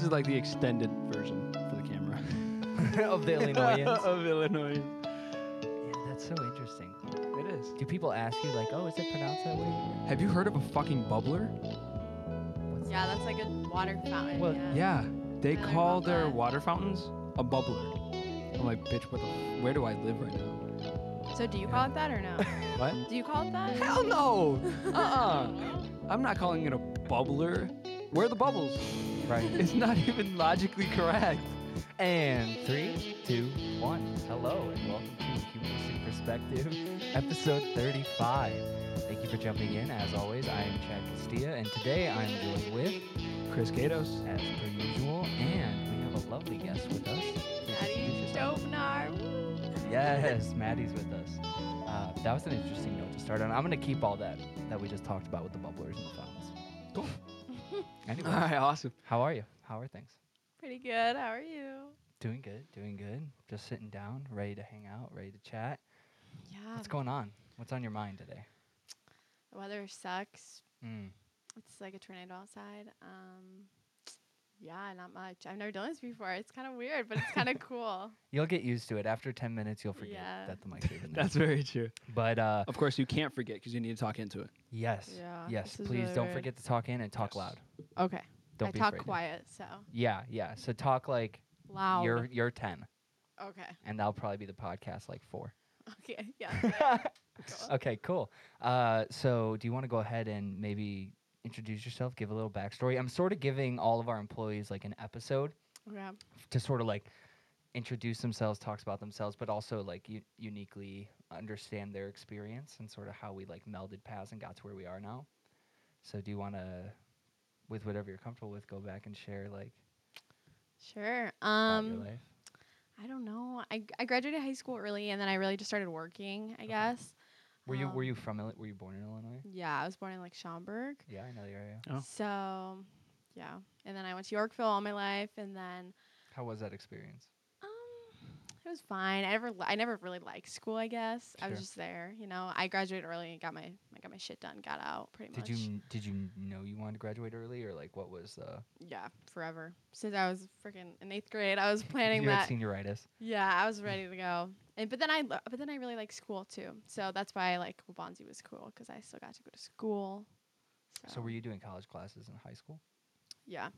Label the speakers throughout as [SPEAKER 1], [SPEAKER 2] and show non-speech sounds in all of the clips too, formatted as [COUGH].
[SPEAKER 1] is like the extended version for the
[SPEAKER 2] [LAUGHS]
[SPEAKER 1] camera
[SPEAKER 3] [LAUGHS] of the Illinoisans.
[SPEAKER 1] of Illinois.
[SPEAKER 3] yeah, that's so interesting.
[SPEAKER 1] It is.
[SPEAKER 3] Do people ask you like, oh, is it pronounced that way?
[SPEAKER 2] Have you heard of a fucking bubbler?
[SPEAKER 3] What's
[SPEAKER 4] Yeah, that's like a water fountain.
[SPEAKER 3] Well,
[SPEAKER 4] yeah.
[SPEAKER 2] Yeah, they
[SPEAKER 4] I heard
[SPEAKER 2] call
[SPEAKER 4] about
[SPEAKER 2] their
[SPEAKER 4] that.
[SPEAKER 2] water fountains a bubbler. I'm like, bitch, what the? F- where do I live right now?
[SPEAKER 4] So do you call it that
[SPEAKER 3] [LAUGHS]
[SPEAKER 4] or no?
[SPEAKER 2] What?
[SPEAKER 4] Do you call it that?
[SPEAKER 2] Hell no! Uh [LAUGHS]
[SPEAKER 3] [LAUGHS]
[SPEAKER 2] uh-uh. uh. i am not calling it a bubbler. Where are the [LAUGHS] bubbles?
[SPEAKER 3] Right.
[SPEAKER 2] It's not even logically correct.
[SPEAKER 3] And three, two, one. Hello, and welcome to Humanistic Perspective, episode 35. Thank you for jumping in. As always, I am Chad Castilla, and today I'm joined with,
[SPEAKER 2] Chris Gatos.
[SPEAKER 3] as per usual, and we have a lovely guest with us. Please
[SPEAKER 4] Daddy,
[SPEAKER 3] introduce yourself.
[SPEAKER 4] Dobnar.
[SPEAKER 3] Yes, Maddie's with us. Uh, that was an interesting note to start on. I'm going to keep all that that we just talked about with the bubblers and the fountains.
[SPEAKER 2] Cool. Uh. All
[SPEAKER 3] [LAUGHS] Anyway,
[SPEAKER 2] right, awesome.
[SPEAKER 3] how are you? How are things?
[SPEAKER 4] Pretty good. How are you?
[SPEAKER 3] Doing good, doing good. Just sitting down, ready to hang out, ready to chat.
[SPEAKER 4] Yeah.
[SPEAKER 3] What's going on? What's on your mind today?
[SPEAKER 4] The weather sucks.
[SPEAKER 2] Hmm.
[SPEAKER 3] Mm.
[SPEAKER 4] It's like a tornado outside. Um, yeah, not much. I've never done this before. It's kind of weird, but it's
[SPEAKER 3] [LAUGHS]
[SPEAKER 4] kind of cool.
[SPEAKER 3] You'll get used to it. After 10 minutes, you'll forget
[SPEAKER 4] Yeah.
[SPEAKER 3] that the mic's
[SPEAKER 2] [LAUGHS]
[SPEAKER 3] even there.
[SPEAKER 2] That's very true.
[SPEAKER 3] but uh,
[SPEAKER 2] Of course, you can't forget because you need to talk into it.
[SPEAKER 3] yes,
[SPEAKER 4] Yeah,
[SPEAKER 3] yes,
[SPEAKER 4] this is
[SPEAKER 3] please
[SPEAKER 4] really
[SPEAKER 3] don't
[SPEAKER 4] weird.
[SPEAKER 3] forget to talk in and talk
[SPEAKER 2] Yes.
[SPEAKER 3] loud.
[SPEAKER 4] Okay.
[SPEAKER 3] Don't
[SPEAKER 4] I
[SPEAKER 3] be
[SPEAKER 4] talk
[SPEAKER 3] afraid.
[SPEAKER 4] quiet, so
[SPEAKER 3] Yeah, yeah. So talk like
[SPEAKER 4] loud.
[SPEAKER 3] you're you're 10,
[SPEAKER 4] okay. [LAUGHS]
[SPEAKER 3] and that'll probably be the podcast like four.
[SPEAKER 4] Okay.
[SPEAKER 3] [LAUGHS]
[SPEAKER 4] Yeah. yeah. Cool.
[SPEAKER 3] okay, cool. Uh, so, do you want to go ahead and maybe introduce yourself, give a little backstory? I'm sort of giving all of our employees like an episode
[SPEAKER 4] Yeah.
[SPEAKER 3] f- to sort of like introduce themselves, talks about themselves, but also like u- uniquely understand their experience and sort of how we like melded paths and got to where we are now. So, do you want to, with whatever you're comfortable with, go back and share like
[SPEAKER 4] Sure.
[SPEAKER 3] about your
[SPEAKER 4] Um,
[SPEAKER 3] life?
[SPEAKER 4] I don't know. I, g- I graduated high school early, and then I really just started working. I guess.
[SPEAKER 3] Were you were
[SPEAKER 4] um,
[SPEAKER 3] you from Illi- were you born in Illinois?
[SPEAKER 4] Yeah, I was born in like Schaumburg.
[SPEAKER 3] Yeah, I know the area.
[SPEAKER 2] Oh.
[SPEAKER 4] So, yeah. And then I went to Yorkville all my life, and then
[SPEAKER 3] How was that experience?
[SPEAKER 4] um, it was fine. I never, li- I never really liked school. I guess I was
[SPEAKER 3] Sure.
[SPEAKER 4] just there. You know, I graduated early and got my, I got my shit done, got out pretty
[SPEAKER 3] Did
[SPEAKER 4] much.
[SPEAKER 3] you kn- did you n- know you wanted to graduate early or like what was the
[SPEAKER 4] yeah, forever since I was freaking in eighth grade. I
[SPEAKER 3] [LAUGHS]
[SPEAKER 4] was planning
[SPEAKER 3] you
[SPEAKER 4] that.
[SPEAKER 3] had senioritis?
[SPEAKER 4] Yeah, I was ready to go. And but then I lo- but then I really like school too. So that's why like Wabanzi was cool because I still got to go to school. So,
[SPEAKER 3] So were you doing college classes in high school?
[SPEAKER 4] yeah,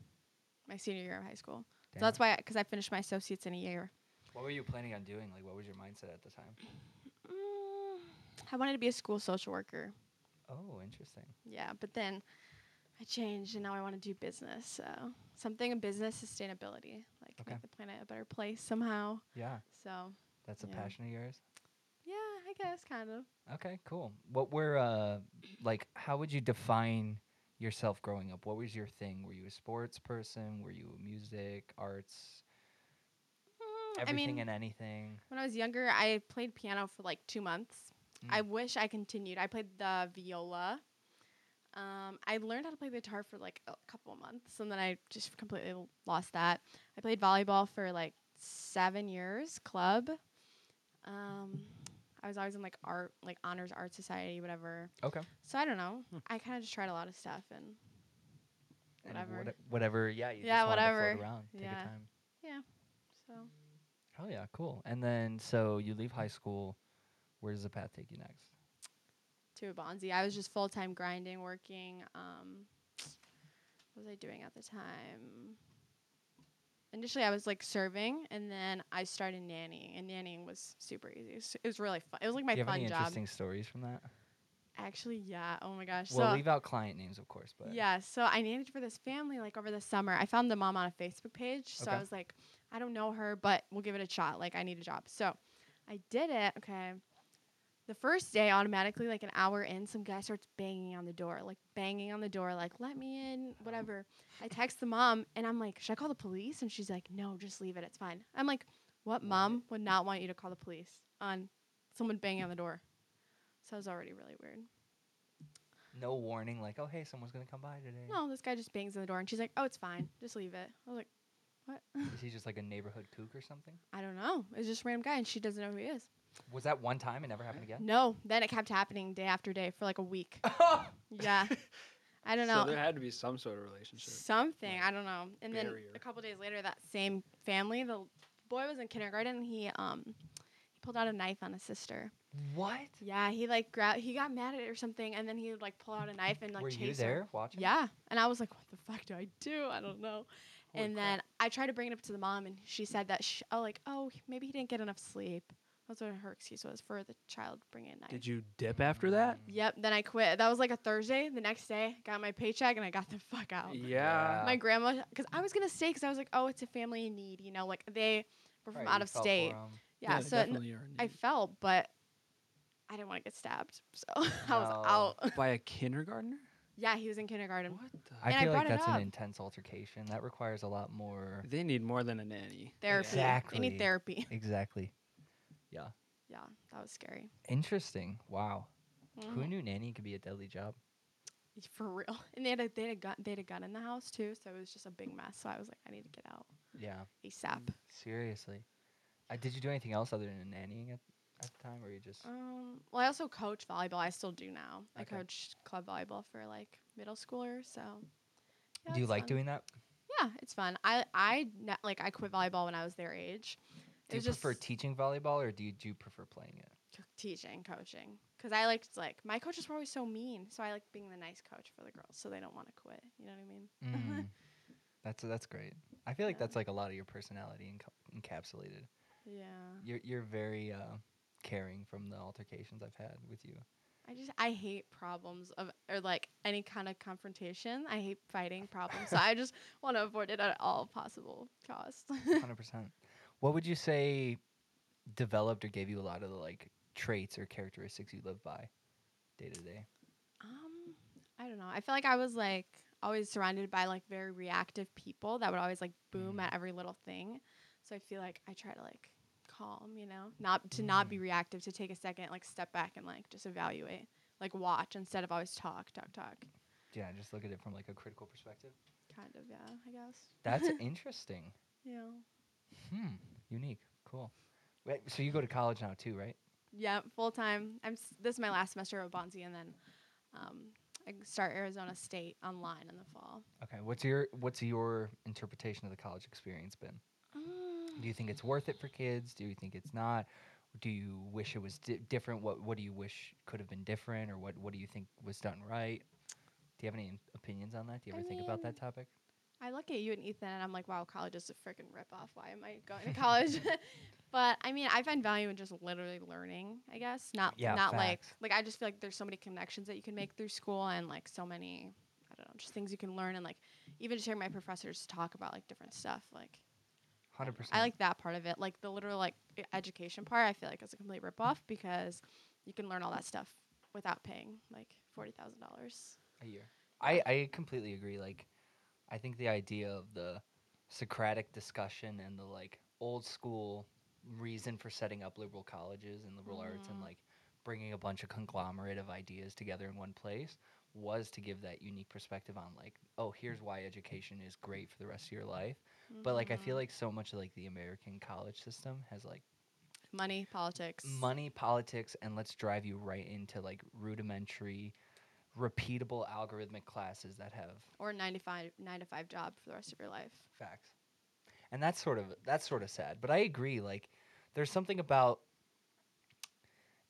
[SPEAKER 4] my senior year of high school.
[SPEAKER 3] Damn.
[SPEAKER 4] So that's why because I finished my associates in a year.
[SPEAKER 3] What were you planning on doing? Like what was your mindset at the time?
[SPEAKER 4] Mm, I wanted to be a school social worker.
[SPEAKER 3] Oh, interesting.
[SPEAKER 4] Yeah, but then I changed and now I want to do business. So something in business sustainability, like
[SPEAKER 3] Okay.
[SPEAKER 4] make the planet a better place somehow.
[SPEAKER 3] Yeah,
[SPEAKER 4] So
[SPEAKER 3] that's a
[SPEAKER 4] Yeah.
[SPEAKER 3] passion of yours.
[SPEAKER 4] yeah, I guess kind of. Mm,
[SPEAKER 3] Okay, cool. What were uh like how would you define yourself growing up? What was your thing? Were you a sports person? Were you music, arts,
[SPEAKER 4] Mm,
[SPEAKER 3] everything
[SPEAKER 4] I mean,
[SPEAKER 3] and anything?
[SPEAKER 4] When I was younger, I played piano for like two months. I wish I continued. I played the viola. Um, I learned how to play the guitar for like a couple of months, and then I just completely l- lost that. I played volleyball for like seven years, club. Um, I was always in like art, like honors art society, whatever.
[SPEAKER 3] Okay.
[SPEAKER 4] So I don't know. I kind of just tried a lot of stuff, and
[SPEAKER 3] And
[SPEAKER 4] Whatever.
[SPEAKER 3] whate- whatever, yeah, you
[SPEAKER 4] Yeah,
[SPEAKER 3] just wanted to float
[SPEAKER 4] whatever.
[SPEAKER 3] around, take
[SPEAKER 4] Yeah.
[SPEAKER 3] your time.
[SPEAKER 4] so
[SPEAKER 3] Oh yeah, cool. And then so you leave high school. Where does the path take you next?
[SPEAKER 4] to Bonzi. I was just full time grinding, working. Um, what was I doing at the time? Initially, I was like serving, and then I started nannying, and nannying was super easy. It was, it was really fun. It was like my
[SPEAKER 3] Do you have
[SPEAKER 4] fun
[SPEAKER 3] any
[SPEAKER 4] job.
[SPEAKER 3] interesting stories from that?
[SPEAKER 4] Actually, yeah. Oh my gosh.
[SPEAKER 3] we'll
[SPEAKER 4] so
[SPEAKER 3] leave out client names, of course, but
[SPEAKER 4] Yeah, so I nannied for this family like over the summer. I found the mom on a Facebook page, so
[SPEAKER 3] Okay.
[SPEAKER 4] I was like, I don't know her, but we'll give it a shot. Like I need a job, so I did it. Okay, the first day, automatically like an hour in, some guy starts banging on the door, like banging on the door, like let me in, whatever. I text the mom and I'm like, should I call the police? And she's like, no, just leave it, it's fine. I'm like, what mom would not want you to call the police on someone banging on the door? So it was already really weird.
[SPEAKER 3] no warning, like, oh hey, someone's gonna come by today.
[SPEAKER 4] no, "Oh, this guy just bangs on the door, and she's like, "Oh, it's fine, just leave it." I was like, "What?"
[SPEAKER 3] Is he just like a neighborhood kook or something?
[SPEAKER 4] I don't know. It's just a random guy, and she doesn't know who he is.
[SPEAKER 3] Was that one
[SPEAKER 4] [LAUGHS]
[SPEAKER 3] time? It never happened again.
[SPEAKER 2] [LAUGHS]
[SPEAKER 4] No, then it kept happening day after day for like a week. yeah, I don't
[SPEAKER 2] So
[SPEAKER 4] know.
[SPEAKER 2] there had to be some sort of relationship.
[SPEAKER 4] something. I don't know. And then
[SPEAKER 2] barrier.
[SPEAKER 4] a couple days later, that same family, the l- boy was in kindergarten. And he um he pulled out a knife on his sister.
[SPEAKER 3] What?
[SPEAKER 4] Yeah, he like grabbed. He got mad at it or something, and then he would like pull out a knife and like
[SPEAKER 3] Were you
[SPEAKER 4] chase
[SPEAKER 3] there
[SPEAKER 4] her.
[SPEAKER 3] watching?
[SPEAKER 4] Yeah, and I was like, what the fuck do I do? I don't know.
[SPEAKER 3] Holy
[SPEAKER 4] and
[SPEAKER 3] crap.
[SPEAKER 4] then I tried to bring it up to the mom, and she said that sh oh like oh he- maybe he didn't get enough sleep. That's what her excuse was for the child bringing a knife.
[SPEAKER 2] Did you dip after that?
[SPEAKER 4] Yep. Then I quit. That was like a Thursday. The next day, got my paycheck and I got the [LAUGHS] fuck
[SPEAKER 2] Oh
[SPEAKER 4] out.
[SPEAKER 2] Yeah.
[SPEAKER 4] My grandma, because I was gonna stay, because I was like, oh, it's a family in need, you know, like they were from
[SPEAKER 3] Right,
[SPEAKER 4] out
[SPEAKER 3] you
[SPEAKER 4] of
[SPEAKER 3] fell for
[SPEAKER 4] state.
[SPEAKER 3] 'em.
[SPEAKER 4] Yeah. so n-
[SPEAKER 1] definitely are
[SPEAKER 4] I
[SPEAKER 1] needed.
[SPEAKER 4] felt, but I didn't want to get stabbed, so [LAUGHS] I was
[SPEAKER 3] No.
[SPEAKER 4] out. [LAUGHS]
[SPEAKER 2] By a kindergartner?
[SPEAKER 4] yeah, he was in kindergarten.
[SPEAKER 2] What the?
[SPEAKER 3] I
[SPEAKER 4] And I
[SPEAKER 3] feel like
[SPEAKER 4] brought it
[SPEAKER 3] that's
[SPEAKER 4] up.
[SPEAKER 3] an intense altercation. That requires a lot more.
[SPEAKER 2] They need more than a nanny.
[SPEAKER 4] Therapy. They
[SPEAKER 3] Exactly.
[SPEAKER 4] need therapy.
[SPEAKER 3] Exactly.
[SPEAKER 4] Yeah, that was scary.
[SPEAKER 3] Interesting. Wow. Who
[SPEAKER 4] Mhm.
[SPEAKER 3] knew nanny could be a deadly job?
[SPEAKER 4] [LAUGHS] For real. [LAUGHS] And they had a they had a gun they had a gun in the house too, so it was just a big mess. So I was like, I need to get out
[SPEAKER 3] Yeah. Mm.
[SPEAKER 4] ASAP.
[SPEAKER 3] Seriously. Uh, did you do anything else other than nannying at, at the time, or you just?
[SPEAKER 4] Um, well, I also coach volleyball. I still do now. I
[SPEAKER 3] Okay.
[SPEAKER 4] coach club volleyball for like middle schoolers. So, yeah,
[SPEAKER 3] do you
[SPEAKER 4] it's
[SPEAKER 3] like
[SPEAKER 4] fun.
[SPEAKER 3] doing that?
[SPEAKER 4] Yeah, it's fun. I I ne- like I quit volleyball when I was their age. It
[SPEAKER 3] Do you
[SPEAKER 4] was just
[SPEAKER 3] prefer teaching volleyball, or do you do you prefer playing
[SPEAKER 4] [LAUGHS]
[SPEAKER 3] it?
[SPEAKER 4] c- teaching, coaching, because I liked like my coaches were always so mean, so I like being the nice coach for the girls, so they don't want to quit. You know what I mean?
[SPEAKER 3] Mm. that's that's great. I feel like
[SPEAKER 4] Yeah.
[SPEAKER 3] that's like a lot of your personality enca- encapsulated.
[SPEAKER 4] Yeah.
[SPEAKER 3] You're you're very uh, caring from the altercations I've had with
[SPEAKER 4] [LAUGHS]
[SPEAKER 3] you.
[SPEAKER 4] I just I hate problems of or like any kind of confrontation. I hate fighting problems, [LAUGHS] so I just want to avoid it at all possible costs. [LAUGHS]
[SPEAKER 3] Hundred percent. What would you say developed or gave you a lot of the like traits or characteristics you live by day to day?
[SPEAKER 4] Um, I don't know. I feel like I was like always surrounded by like very reactive people that would always like boom
[SPEAKER 3] Mm.
[SPEAKER 4] at every little thing. So I feel like I try to like calm, you know, not to not be reactive, to take a second, like step back and like just evaluate, like watch instead of always talk, talk, talk.
[SPEAKER 3] Yeah, just look at it from like a critical perspective.
[SPEAKER 4] Kind of, yeah, I guess. [LAUGHS]
[SPEAKER 3] That's interesting.
[SPEAKER 4] Yeah.
[SPEAKER 3] Hmm. Unique. Cool. Wait, so you go to college now too, right?
[SPEAKER 4] Yeah, full time. I'm s- this is my last semester at Bonzi, and then um, I start Arizona State online in the fall.
[SPEAKER 3] Okay. What's your what's your interpretation of the college experience been? Do you think it's worth it for kids? Do you think it's not? Do you wish it was di- different? What What do you wish could have been different, or what What do you think was done right? Do you have any opinions on that? Do you
[SPEAKER 4] I
[SPEAKER 3] ever think about
[SPEAKER 4] mean,
[SPEAKER 3] that topic?
[SPEAKER 4] I look at you and Ethan, and I'm like, wow, college is a freaking ripoff. Why am I going
[SPEAKER 3] [LAUGHS]
[SPEAKER 4] to college? [LAUGHS] but I mean, I find value in just literally learning. I guess not,
[SPEAKER 3] Yeah,
[SPEAKER 4] not
[SPEAKER 3] facts.
[SPEAKER 4] like like I just feel like there's so many connections that you can make through school, and like so many, I don't know, just things you can learn, and like even just hearing my professors talk about like different stuff. Like
[SPEAKER 3] Hundred percent.
[SPEAKER 4] I like that part of it, like the literal like e- education part. I feel like is a complete ripoff because you can learn all that stuff without paying like forty thousand dollars.
[SPEAKER 3] a year. I, I completely agree. Like, I think the idea of the Socratic discussion and the like old school reason for setting up liberal colleges and liberal arts and
[SPEAKER 4] Mhm.
[SPEAKER 3] like bringing a bunch of conglomerate of ideas together in one place was to give that unique perspective on like, oh, here's why education is great for the rest of your life. But like,
[SPEAKER 4] Mm-hmm.
[SPEAKER 3] I feel like so much of like the American college system has like
[SPEAKER 4] money, politics,
[SPEAKER 3] money, politics, and let's drive you right into like rudimentary, repeatable algorithmic classes that have
[SPEAKER 4] or nine to five nine to five job for the rest of your life.
[SPEAKER 3] Facts. And that's sort of that's sort of sad. But I agree, like there's something about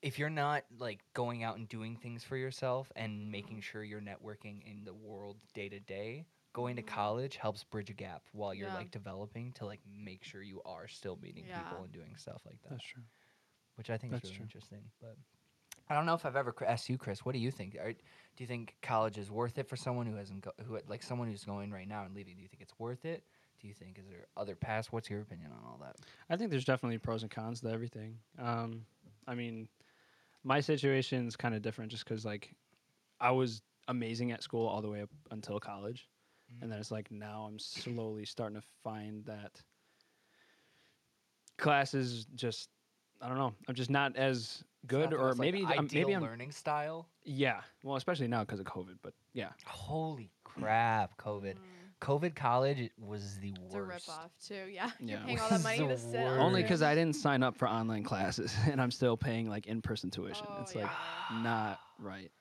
[SPEAKER 3] if you're not like going out and doing things for yourself and making sure you're networking in the world day to day, going to
[SPEAKER 4] Mhm.
[SPEAKER 3] college helps bridge a gap while you're
[SPEAKER 4] Yeah.
[SPEAKER 3] like developing to like make sure you are still meeting
[SPEAKER 4] Yeah.
[SPEAKER 3] people and doing stuff like that,
[SPEAKER 2] That's true.
[SPEAKER 3] which I think
[SPEAKER 2] that's
[SPEAKER 3] is really
[SPEAKER 2] true.
[SPEAKER 3] interesting. But I don't know if I've ever cr- asked you, Chris. What do you think? Are, do you think college is worth it for someone who hasn't go- who like someone who's going right now and leaving? Do you think it's worth it? Do you think is there other paths? What's your opinion on all that?
[SPEAKER 2] I think there's definitely pros and cons to everything. Um, I mean, my situation's kind of different just because, like, I was amazing at school all the way up until college. And then it's like now I'm slowly starting to find that classes just, I don't know, I'm just not as good or maybe th- I'm, maybe I'm,
[SPEAKER 3] learning style.
[SPEAKER 2] yeah. Well, especially now because of COVID, but yeah.
[SPEAKER 3] Holy crap! COVID,
[SPEAKER 4] Mm.
[SPEAKER 3] COVID college was the
[SPEAKER 4] It's a
[SPEAKER 3] worst.
[SPEAKER 4] ripoff too. Yeah, [LAUGHS] you're
[SPEAKER 2] Yeah.
[SPEAKER 4] paying all that
[SPEAKER 3] It's
[SPEAKER 4] money
[SPEAKER 3] the
[SPEAKER 4] to sit. on
[SPEAKER 2] Only
[SPEAKER 4] it.
[SPEAKER 2] because I didn't sign up for online classes [LAUGHS] and I'm still paying like in person tuition.
[SPEAKER 4] Oh,
[SPEAKER 2] it's
[SPEAKER 4] yeah.
[SPEAKER 2] like not right.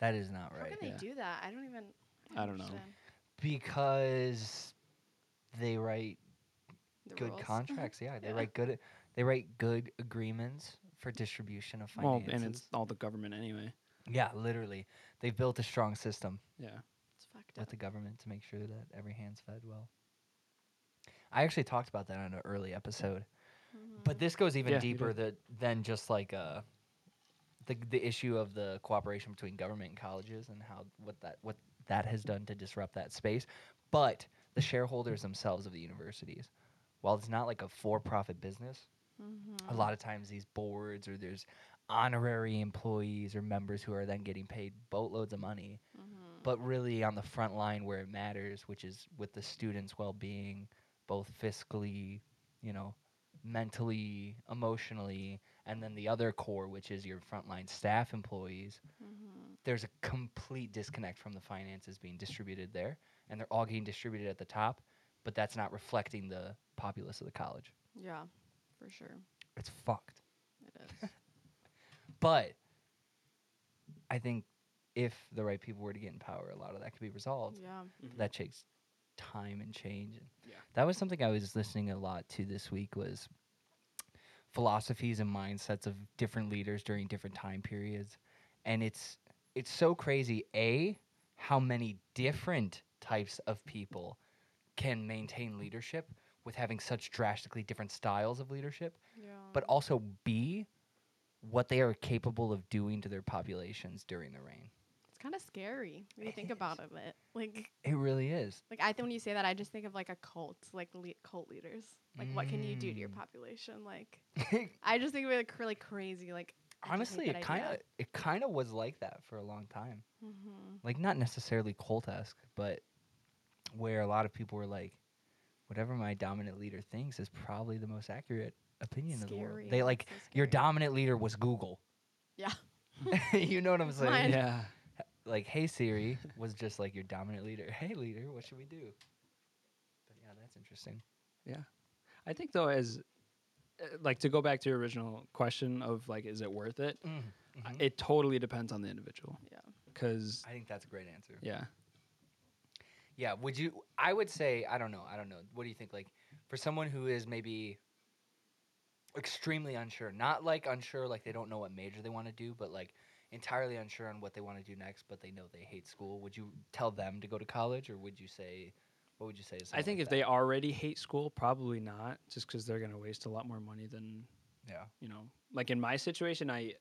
[SPEAKER 3] That is not
[SPEAKER 4] How
[SPEAKER 3] right.
[SPEAKER 4] can they
[SPEAKER 2] yeah.
[SPEAKER 4] do that? I don't even.
[SPEAKER 2] I don't know.
[SPEAKER 4] understand
[SPEAKER 3] because they write
[SPEAKER 4] the
[SPEAKER 3] good
[SPEAKER 4] rules. [LAUGHS]
[SPEAKER 3] contracts. Yeah, they
[SPEAKER 4] Yeah.
[SPEAKER 3] write good. They write good agreements for distribution of
[SPEAKER 2] [SIGHS] Well,
[SPEAKER 3] finances.
[SPEAKER 2] and it's all the government anyway.
[SPEAKER 3] yeah, literally, they've built a strong system
[SPEAKER 2] Yeah.
[SPEAKER 4] It's fucked
[SPEAKER 3] with
[SPEAKER 4] up.
[SPEAKER 3] the government to make sure that every hand's fed well. I actually talked about that on an early episode, but
[SPEAKER 4] Mhm.
[SPEAKER 3] this goes even
[SPEAKER 2] Yeah, you
[SPEAKER 3] deeper tha- than just like uh, the the issue of the cooperation between government and colleges and how what that what that has done to disrupt that space, but the shareholders themselves of the universities. While it's not like a for-profit business,
[SPEAKER 4] Mhm.
[SPEAKER 3] a lot of times these boards or there's honorary employees or members who are then getting paid boatloads of money
[SPEAKER 4] Mhm.
[SPEAKER 3] but really on the front line where it matters which is with the students well-being both fiscally you know mentally emotionally and then the other core which is your frontline staff employees
[SPEAKER 4] Mhm.
[SPEAKER 3] there's a complete disconnect from the finances being distributed there and they're all getting distributed at the top but that's not reflecting the populace of the college
[SPEAKER 4] Yeah, for sure.
[SPEAKER 3] it's fucked
[SPEAKER 4] It is.
[SPEAKER 3] [LAUGHS] But I think if the right people were to get in power, a lot of that could be resolved.
[SPEAKER 4] yeah.
[SPEAKER 3] That takes time and change. And
[SPEAKER 2] Yeah.
[SPEAKER 3] That was something I was listening a lot to this week was philosophies and mindsets of different leaders during different time periods. And it's it's so crazy, A, how many different types of people can maintain leadership with having such drastically different styles of leadership
[SPEAKER 4] Yeah.
[SPEAKER 3] but also B, what they are capable of doing to their populations during the rain.
[SPEAKER 4] it's kind of scary when you
[SPEAKER 3] It
[SPEAKER 4] think about it. but, Like,
[SPEAKER 3] It really is.
[SPEAKER 4] like I think when you say that, I just think of like a cult, like le- cult leaders. Like, what can you do to your
[SPEAKER 3] Mm.
[SPEAKER 4] population? Like, I just think of it like, cr- like crazy. Like, I just hate
[SPEAKER 3] [LAUGHS] Honestly,
[SPEAKER 4] that
[SPEAKER 3] it kind of
[SPEAKER 4] idea.
[SPEAKER 3] it kind of was like that for a long time.
[SPEAKER 4] Mhm.
[SPEAKER 3] Like not necessarily cult-esque, but where a lot of people were like, whatever my dominant leader thinks is probably the most accurate opinion of the world.
[SPEAKER 4] Mm-hmm. Scary.
[SPEAKER 3] They like
[SPEAKER 4] So
[SPEAKER 3] your
[SPEAKER 4] scary.
[SPEAKER 3] dominant leader was Google.
[SPEAKER 4] Yeah.
[SPEAKER 3] [LAUGHS] you know what I'm saying?
[SPEAKER 4] Mine.
[SPEAKER 2] Yeah.
[SPEAKER 3] like hey siri was just like your dominant leader [LAUGHS] hey leader what should we do but yeah that's interesting
[SPEAKER 2] I think though, as uh, like to go back to your original question of like, is it worth it? I-
[SPEAKER 3] Mhm.
[SPEAKER 2] It totally depends on the individual.
[SPEAKER 4] Yeah.
[SPEAKER 2] Because
[SPEAKER 3] i think that's a great answer
[SPEAKER 2] yeah,
[SPEAKER 3] yeah would you i would say i don't know i don't know what do you think like for someone who is maybe extremely unsure not like unsure like they don't know what major they want to do but like entirely unsure on what they want to do next but they know they hate school would you tell them to go to college or would you say what would you say
[SPEAKER 2] I
[SPEAKER 3] to someone
[SPEAKER 2] think
[SPEAKER 3] like
[SPEAKER 2] if they already hate school, probably not, just because they're gonna waste a lot more money than
[SPEAKER 3] that? yeah
[SPEAKER 2] you know. Like in my situation, I,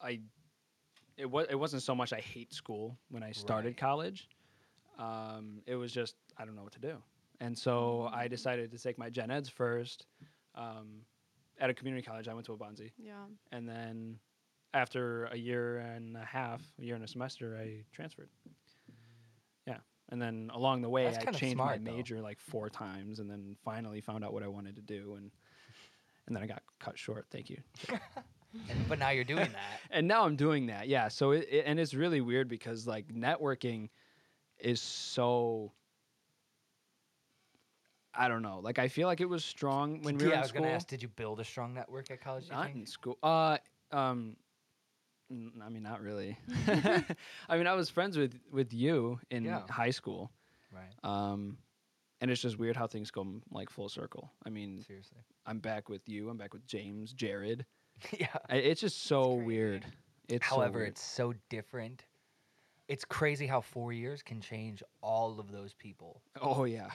[SPEAKER 2] I, it was it wasn't so much I hate school when I started
[SPEAKER 3] Right.
[SPEAKER 2] college. Um, it was just I don't know what to do, and so I
[SPEAKER 3] Mm.
[SPEAKER 2] decided to take my gen eds first. Um, at a community college, I went to Bonzi.
[SPEAKER 4] Yeah.
[SPEAKER 2] and then after a year and a half, a year and a semester, I transferred. Yeah, and then along the way,
[SPEAKER 3] That's
[SPEAKER 2] I
[SPEAKER 3] kinda
[SPEAKER 2] changed
[SPEAKER 3] smart,
[SPEAKER 2] my
[SPEAKER 3] though.
[SPEAKER 2] major like four times, and then finally found out what I wanted to do, and and then I got cut short. Thank you.
[SPEAKER 3] and, but now you're doing that
[SPEAKER 2] And now I'm doing that. Yeah. So it, it and it's really weird because like networking is so. I don't know. Like I feel like it was strong [LAUGHS] when we were
[SPEAKER 3] yeah,
[SPEAKER 2] in
[SPEAKER 3] I was
[SPEAKER 2] school.
[SPEAKER 3] gonna ask, did you build a strong network at college? do you
[SPEAKER 2] Not
[SPEAKER 3] think?
[SPEAKER 2] in school. Uh, um, n- I mean, not
[SPEAKER 3] [LAUGHS]
[SPEAKER 2] really. [LAUGHS] I mean, I was friends with with you in
[SPEAKER 3] Yeah.
[SPEAKER 2] high school.
[SPEAKER 3] Right.
[SPEAKER 2] Um, and it's just weird how things go m- like full circle. I mean,
[SPEAKER 3] Seriously.
[SPEAKER 2] I'm back with you. I'm back with James, Jared.
[SPEAKER 3] [LAUGHS] yeah.
[SPEAKER 2] I, it's just so
[SPEAKER 4] crazy.
[SPEAKER 2] weird. It's so
[SPEAKER 3] However,
[SPEAKER 2] weird.
[SPEAKER 3] it's so different. It's crazy how four years can change all of those people.
[SPEAKER 2] oh yeah,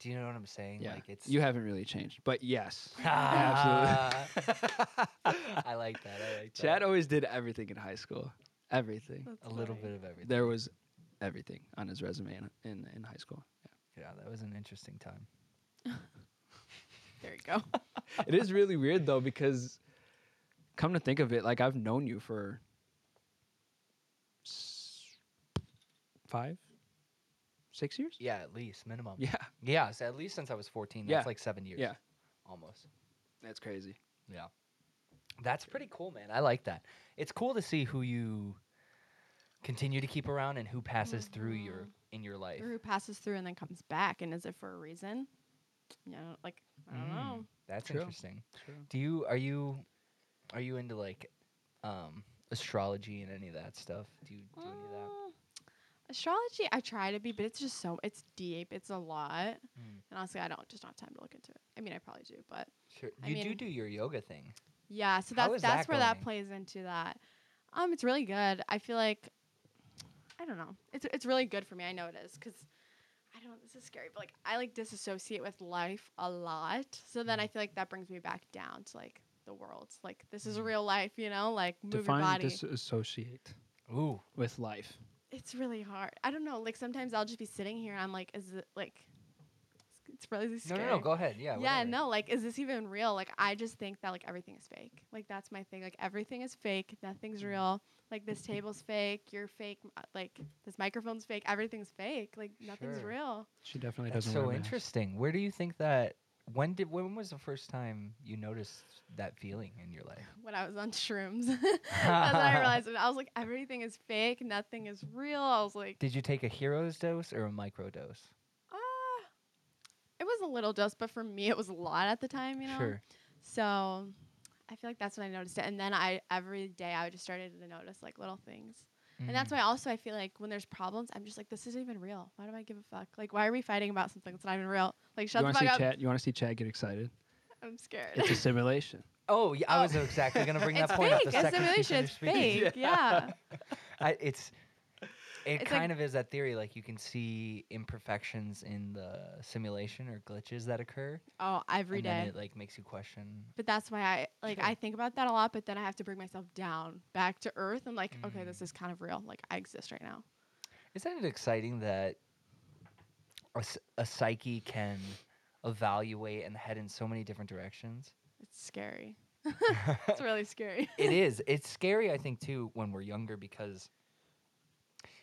[SPEAKER 3] Do you know what I'm saying?
[SPEAKER 2] yeah.
[SPEAKER 3] Like it's [LAUGHS]
[SPEAKER 2] you [LAUGHS] haven't really changed, but yes,
[SPEAKER 3] absolutely. [LAUGHS] I like that. I like
[SPEAKER 2] Chad
[SPEAKER 3] that.
[SPEAKER 2] always did everything in high school. Everything.
[SPEAKER 4] That's
[SPEAKER 3] A little
[SPEAKER 4] funny.
[SPEAKER 3] bit of everything.
[SPEAKER 2] There was everything on his resume in in, in high school.
[SPEAKER 3] Yeah, that was an interesting time.
[SPEAKER 4] There you
[SPEAKER 3] [LAUGHS]
[SPEAKER 4] go.
[SPEAKER 2] it is really weird though because come to think of it like i've known you for s- five six years
[SPEAKER 3] Yeah, at least minimum.
[SPEAKER 2] yeah
[SPEAKER 3] Yeah, so at least since I was 14.
[SPEAKER 2] Yeah.
[SPEAKER 3] That's like seven years.
[SPEAKER 2] Yeah.
[SPEAKER 3] Almost.
[SPEAKER 2] that's crazy
[SPEAKER 3] Yeah. That's pretty cool, man. I like that. It's cool to see who you continue to keep around and who passes through your
[SPEAKER 4] Mhm.
[SPEAKER 3] in your life.
[SPEAKER 4] Who passes through and then comes back, and is it for a reason? Yeah. Like I don't
[SPEAKER 3] Mm.
[SPEAKER 4] know.
[SPEAKER 3] That's
[SPEAKER 2] True.
[SPEAKER 3] interesting. Do you are you are you into like um astrology and any of that stuff? Do you do any of that?
[SPEAKER 4] Mm, astrology i try to be but it's just so it's deep it's a lot
[SPEAKER 3] Mm.
[SPEAKER 4] and honestly i don't just don't have time to look into it i mean i probably do but
[SPEAKER 3] Sure.
[SPEAKER 4] Mm. I
[SPEAKER 3] You do
[SPEAKER 4] mean-
[SPEAKER 3] do your yoga thing.
[SPEAKER 4] yeah so
[SPEAKER 3] How
[SPEAKER 4] that's
[SPEAKER 3] is that
[SPEAKER 4] that's where that
[SPEAKER 3] going?
[SPEAKER 4] plays into that um it's really good i feel like i don't know it's it's really good for me i know it is because i don't this is scary but like i like disassociate with life a lot so then i feel like that brings me back down to like the world like this is
[SPEAKER 3] Mm.
[SPEAKER 4] real life you know like move your
[SPEAKER 2] Define
[SPEAKER 4] body
[SPEAKER 2] disassociate
[SPEAKER 3] Ooh.
[SPEAKER 2] with life.
[SPEAKER 4] it's really hard. I don't know. Like sometimes I'll just be sitting here and I'm like, is it like it's- it's really
[SPEAKER 3] No,
[SPEAKER 4] scary.
[SPEAKER 3] no, no. Go ahead. Yeah.
[SPEAKER 4] yeah,
[SPEAKER 3] whatever.
[SPEAKER 4] no, like is this even real? Like I just think that like everything is fake. Like that's my thing. Like everything is fake. Nothing's
[SPEAKER 3] Mm.
[SPEAKER 4] real. Like this table's fake. You're fake. m- uh, Like this microphone's fake. Everything's fake. Like nothing's
[SPEAKER 3] Sure.
[SPEAKER 4] real.
[SPEAKER 2] She definitely
[SPEAKER 3] That's
[SPEAKER 2] doesn't.
[SPEAKER 3] so
[SPEAKER 2] wear a mask.
[SPEAKER 3] interesting. Where do you think that? When did? When was the first time you noticed that feeling in your life?
[SPEAKER 4] When I was on [LAUGHS] shrooms, that's when I
[SPEAKER 3] [LAUGHS]
[SPEAKER 4] realized it. I was like, everything is fake. Nothing is real. I was like,
[SPEAKER 3] Did you take a hero's dose or a micro dose?
[SPEAKER 4] ah. It was a little dose, but for me, it was a lot at the time. You know.
[SPEAKER 3] Sure.
[SPEAKER 4] So I feel like that's when I noticed it. And then I every day I just started to notice like little things. And
[SPEAKER 3] Mm.
[SPEAKER 4] that's why also I feel like when there's problems, I'm just like, this isn't even real. Why do I give a fuck? Like why are we fighting about something that's not even real? Like
[SPEAKER 2] You
[SPEAKER 4] shut the
[SPEAKER 2] want to
[SPEAKER 4] fuck
[SPEAKER 2] see
[SPEAKER 4] up.
[SPEAKER 2] Chad? You want to see Chad get excited?
[SPEAKER 4] I'm scared.
[SPEAKER 2] It's a
[SPEAKER 4] [LAUGHS]
[SPEAKER 2] simulation.
[SPEAKER 3] Oh, yeah, I
[SPEAKER 4] Oh.
[SPEAKER 3] was exactly gonna bring that
[SPEAKER 4] [LAUGHS] It's
[SPEAKER 3] point up. The
[SPEAKER 4] fake. It's
[SPEAKER 3] second [LAUGHS] she
[SPEAKER 4] simulation. It's
[SPEAKER 3] finished speaking.
[SPEAKER 4] fake. Yeah.
[SPEAKER 3] I, it's it
[SPEAKER 4] It's like-
[SPEAKER 3] kind of is that theory. Like you can see imperfections in the simulation or glitches that occur,
[SPEAKER 4] Oh, every
[SPEAKER 3] and then
[SPEAKER 4] day.
[SPEAKER 3] it like makes you question.
[SPEAKER 4] But that's why I like
[SPEAKER 3] Sure.
[SPEAKER 4] I think about that a lot, but then I have to bring myself down back to earth. I'm like, okay,
[SPEAKER 3] Mm.
[SPEAKER 4] this is kind of real. Like I exist right now.
[SPEAKER 3] Isn't it exciting that a, s- a psyche can evaluate and head in so many different
[SPEAKER 4] [LAUGHS]
[SPEAKER 3] directions?
[SPEAKER 4] It's
[SPEAKER 3] [LAUGHS]
[SPEAKER 4] scary. It's really scary. [LAUGHS]
[SPEAKER 3] it is. It's scary, I think, too, when we're younger because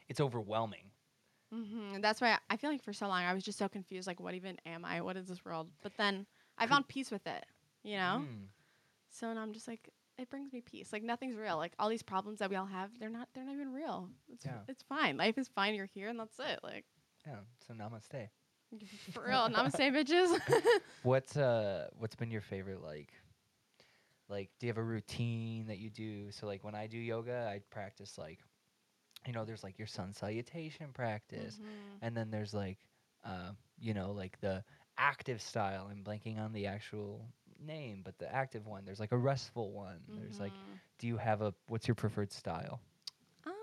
[SPEAKER 3] it's overwhelming.
[SPEAKER 4] Mm-hmm. And that's why I, I feel like for so long I was just so confused. Like, what even am I? What is this world? But then I found peace with it, you know?
[SPEAKER 3] Mm.
[SPEAKER 4] So now I'm just like, it brings me peace. Like, nothing's real. Like, all these problems that we all have, they're not, they're not even real. It's,
[SPEAKER 3] Yeah.
[SPEAKER 4] it's fine. Life is fine. You're here and that's it. Like,
[SPEAKER 3] Yeah. So namaste.
[SPEAKER 4] for
[SPEAKER 3] [LAUGHS]
[SPEAKER 4] real. Namaste, bitches.
[SPEAKER 3] What's uh what's been your favorite like like do you have a routine that you do? So like when I do yoga, I practice like you know, there's like your sun salutation
[SPEAKER 4] [LAUGHS]
[SPEAKER 3] practice
[SPEAKER 4] Mhm.
[SPEAKER 3] and then there's like uh you know, like the active style. I'm blanking on the actual name, but the active one. There's like a restful one. There's like
[SPEAKER 4] Mhm.
[SPEAKER 3] do you have a what's your preferred style?
[SPEAKER 4] Um,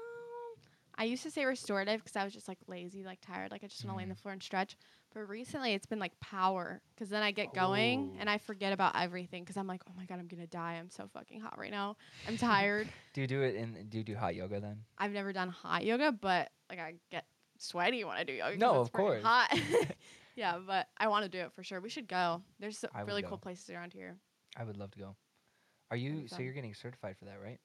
[SPEAKER 4] I used to say restorative because I was just like lazy, like tired, like I just want to lay on
[SPEAKER 3] Mm-hmm.
[SPEAKER 4] the floor and stretch. But recently, it's been like power because then I get going and I forget about everything because I'm like, oh my god, I'm gonna die. I'm so fucking hot right now. I'm tired.
[SPEAKER 3] Do you do it in do you do hot yoga then?
[SPEAKER 4] I've never done hot yoga, but like I get sweaty when I do yoga. 'cause
[SPEAKER 3] No,
[SPEAKER 4] it's
[SPEAKER 3] of
[SPEAKER 4] freaking
[SPEAKER 3] course.
[SPEAKER 4] hot.
[SPEAKER 3] [LAUGHS]
[SPEAKER 4] [LAUGHS] yeah, but I want to do it for sure. We should go. There's some
[SPEAKER 3] I would
[SPEAKER 4] really
[SPEAKER 3] go.
[SPEAKER 4] cool places around here.
[SPEAKER 3] I would love to go. Are you
[SPEAKER 4] be
[SPEAKER 3] so
[SPEAKER 4] fun.
[SPEAKER 3] you're getting certified for that, right?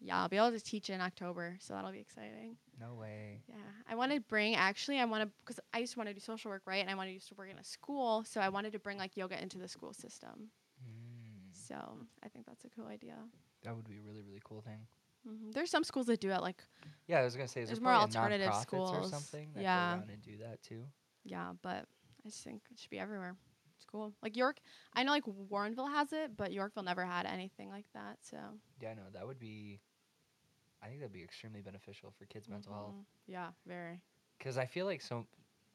[SPEAKER 4] Yeah, I'll be able to teach in October, so that'll be exciting.
[SPEAKER 3] No way.
[SPEAKER 4] Yeah, I want to bring actually. I want to because I used to want to do social work, right? And I wanted to used to work in a school, so I wanted to bring like yoga into the school system.
[SPEAKER 3] Mm.
[SPEAKER 4] So I think that's a cool idea.
[SPEAKER 3] That would be a really really cool thing.
[SPEAKER 4] hmm There's some schools that do it, like
[SPEAKER 3] Yeah, I was gonna say, is
[SPEAKER 4] There's
[SPEAKER 3] there
[SPEAKER 4] more
[SPEAKER 3] probably
[SPEAKER 4] alternative
[SPEAKER 3] a nonprofits or
[SPEAKER 4] schools.
[SPEAKER 3] something that
[SPEAKER 4] Yeah.
[SPEAKER 3] go around and do that too?
[SPEAKER 4] yeah, but I just think it should be everywhere. It's cool. Like York, I know like Warrenville has it, but Yorkville never had anything like that. So
[SPEAKER 3] Yeah, no, that would be. I think that'd be extremely beneficial for kids' mental health
[SPEAKER 4] Mhm. Yeah, very.
[SPEAKER 3] because I feel like so,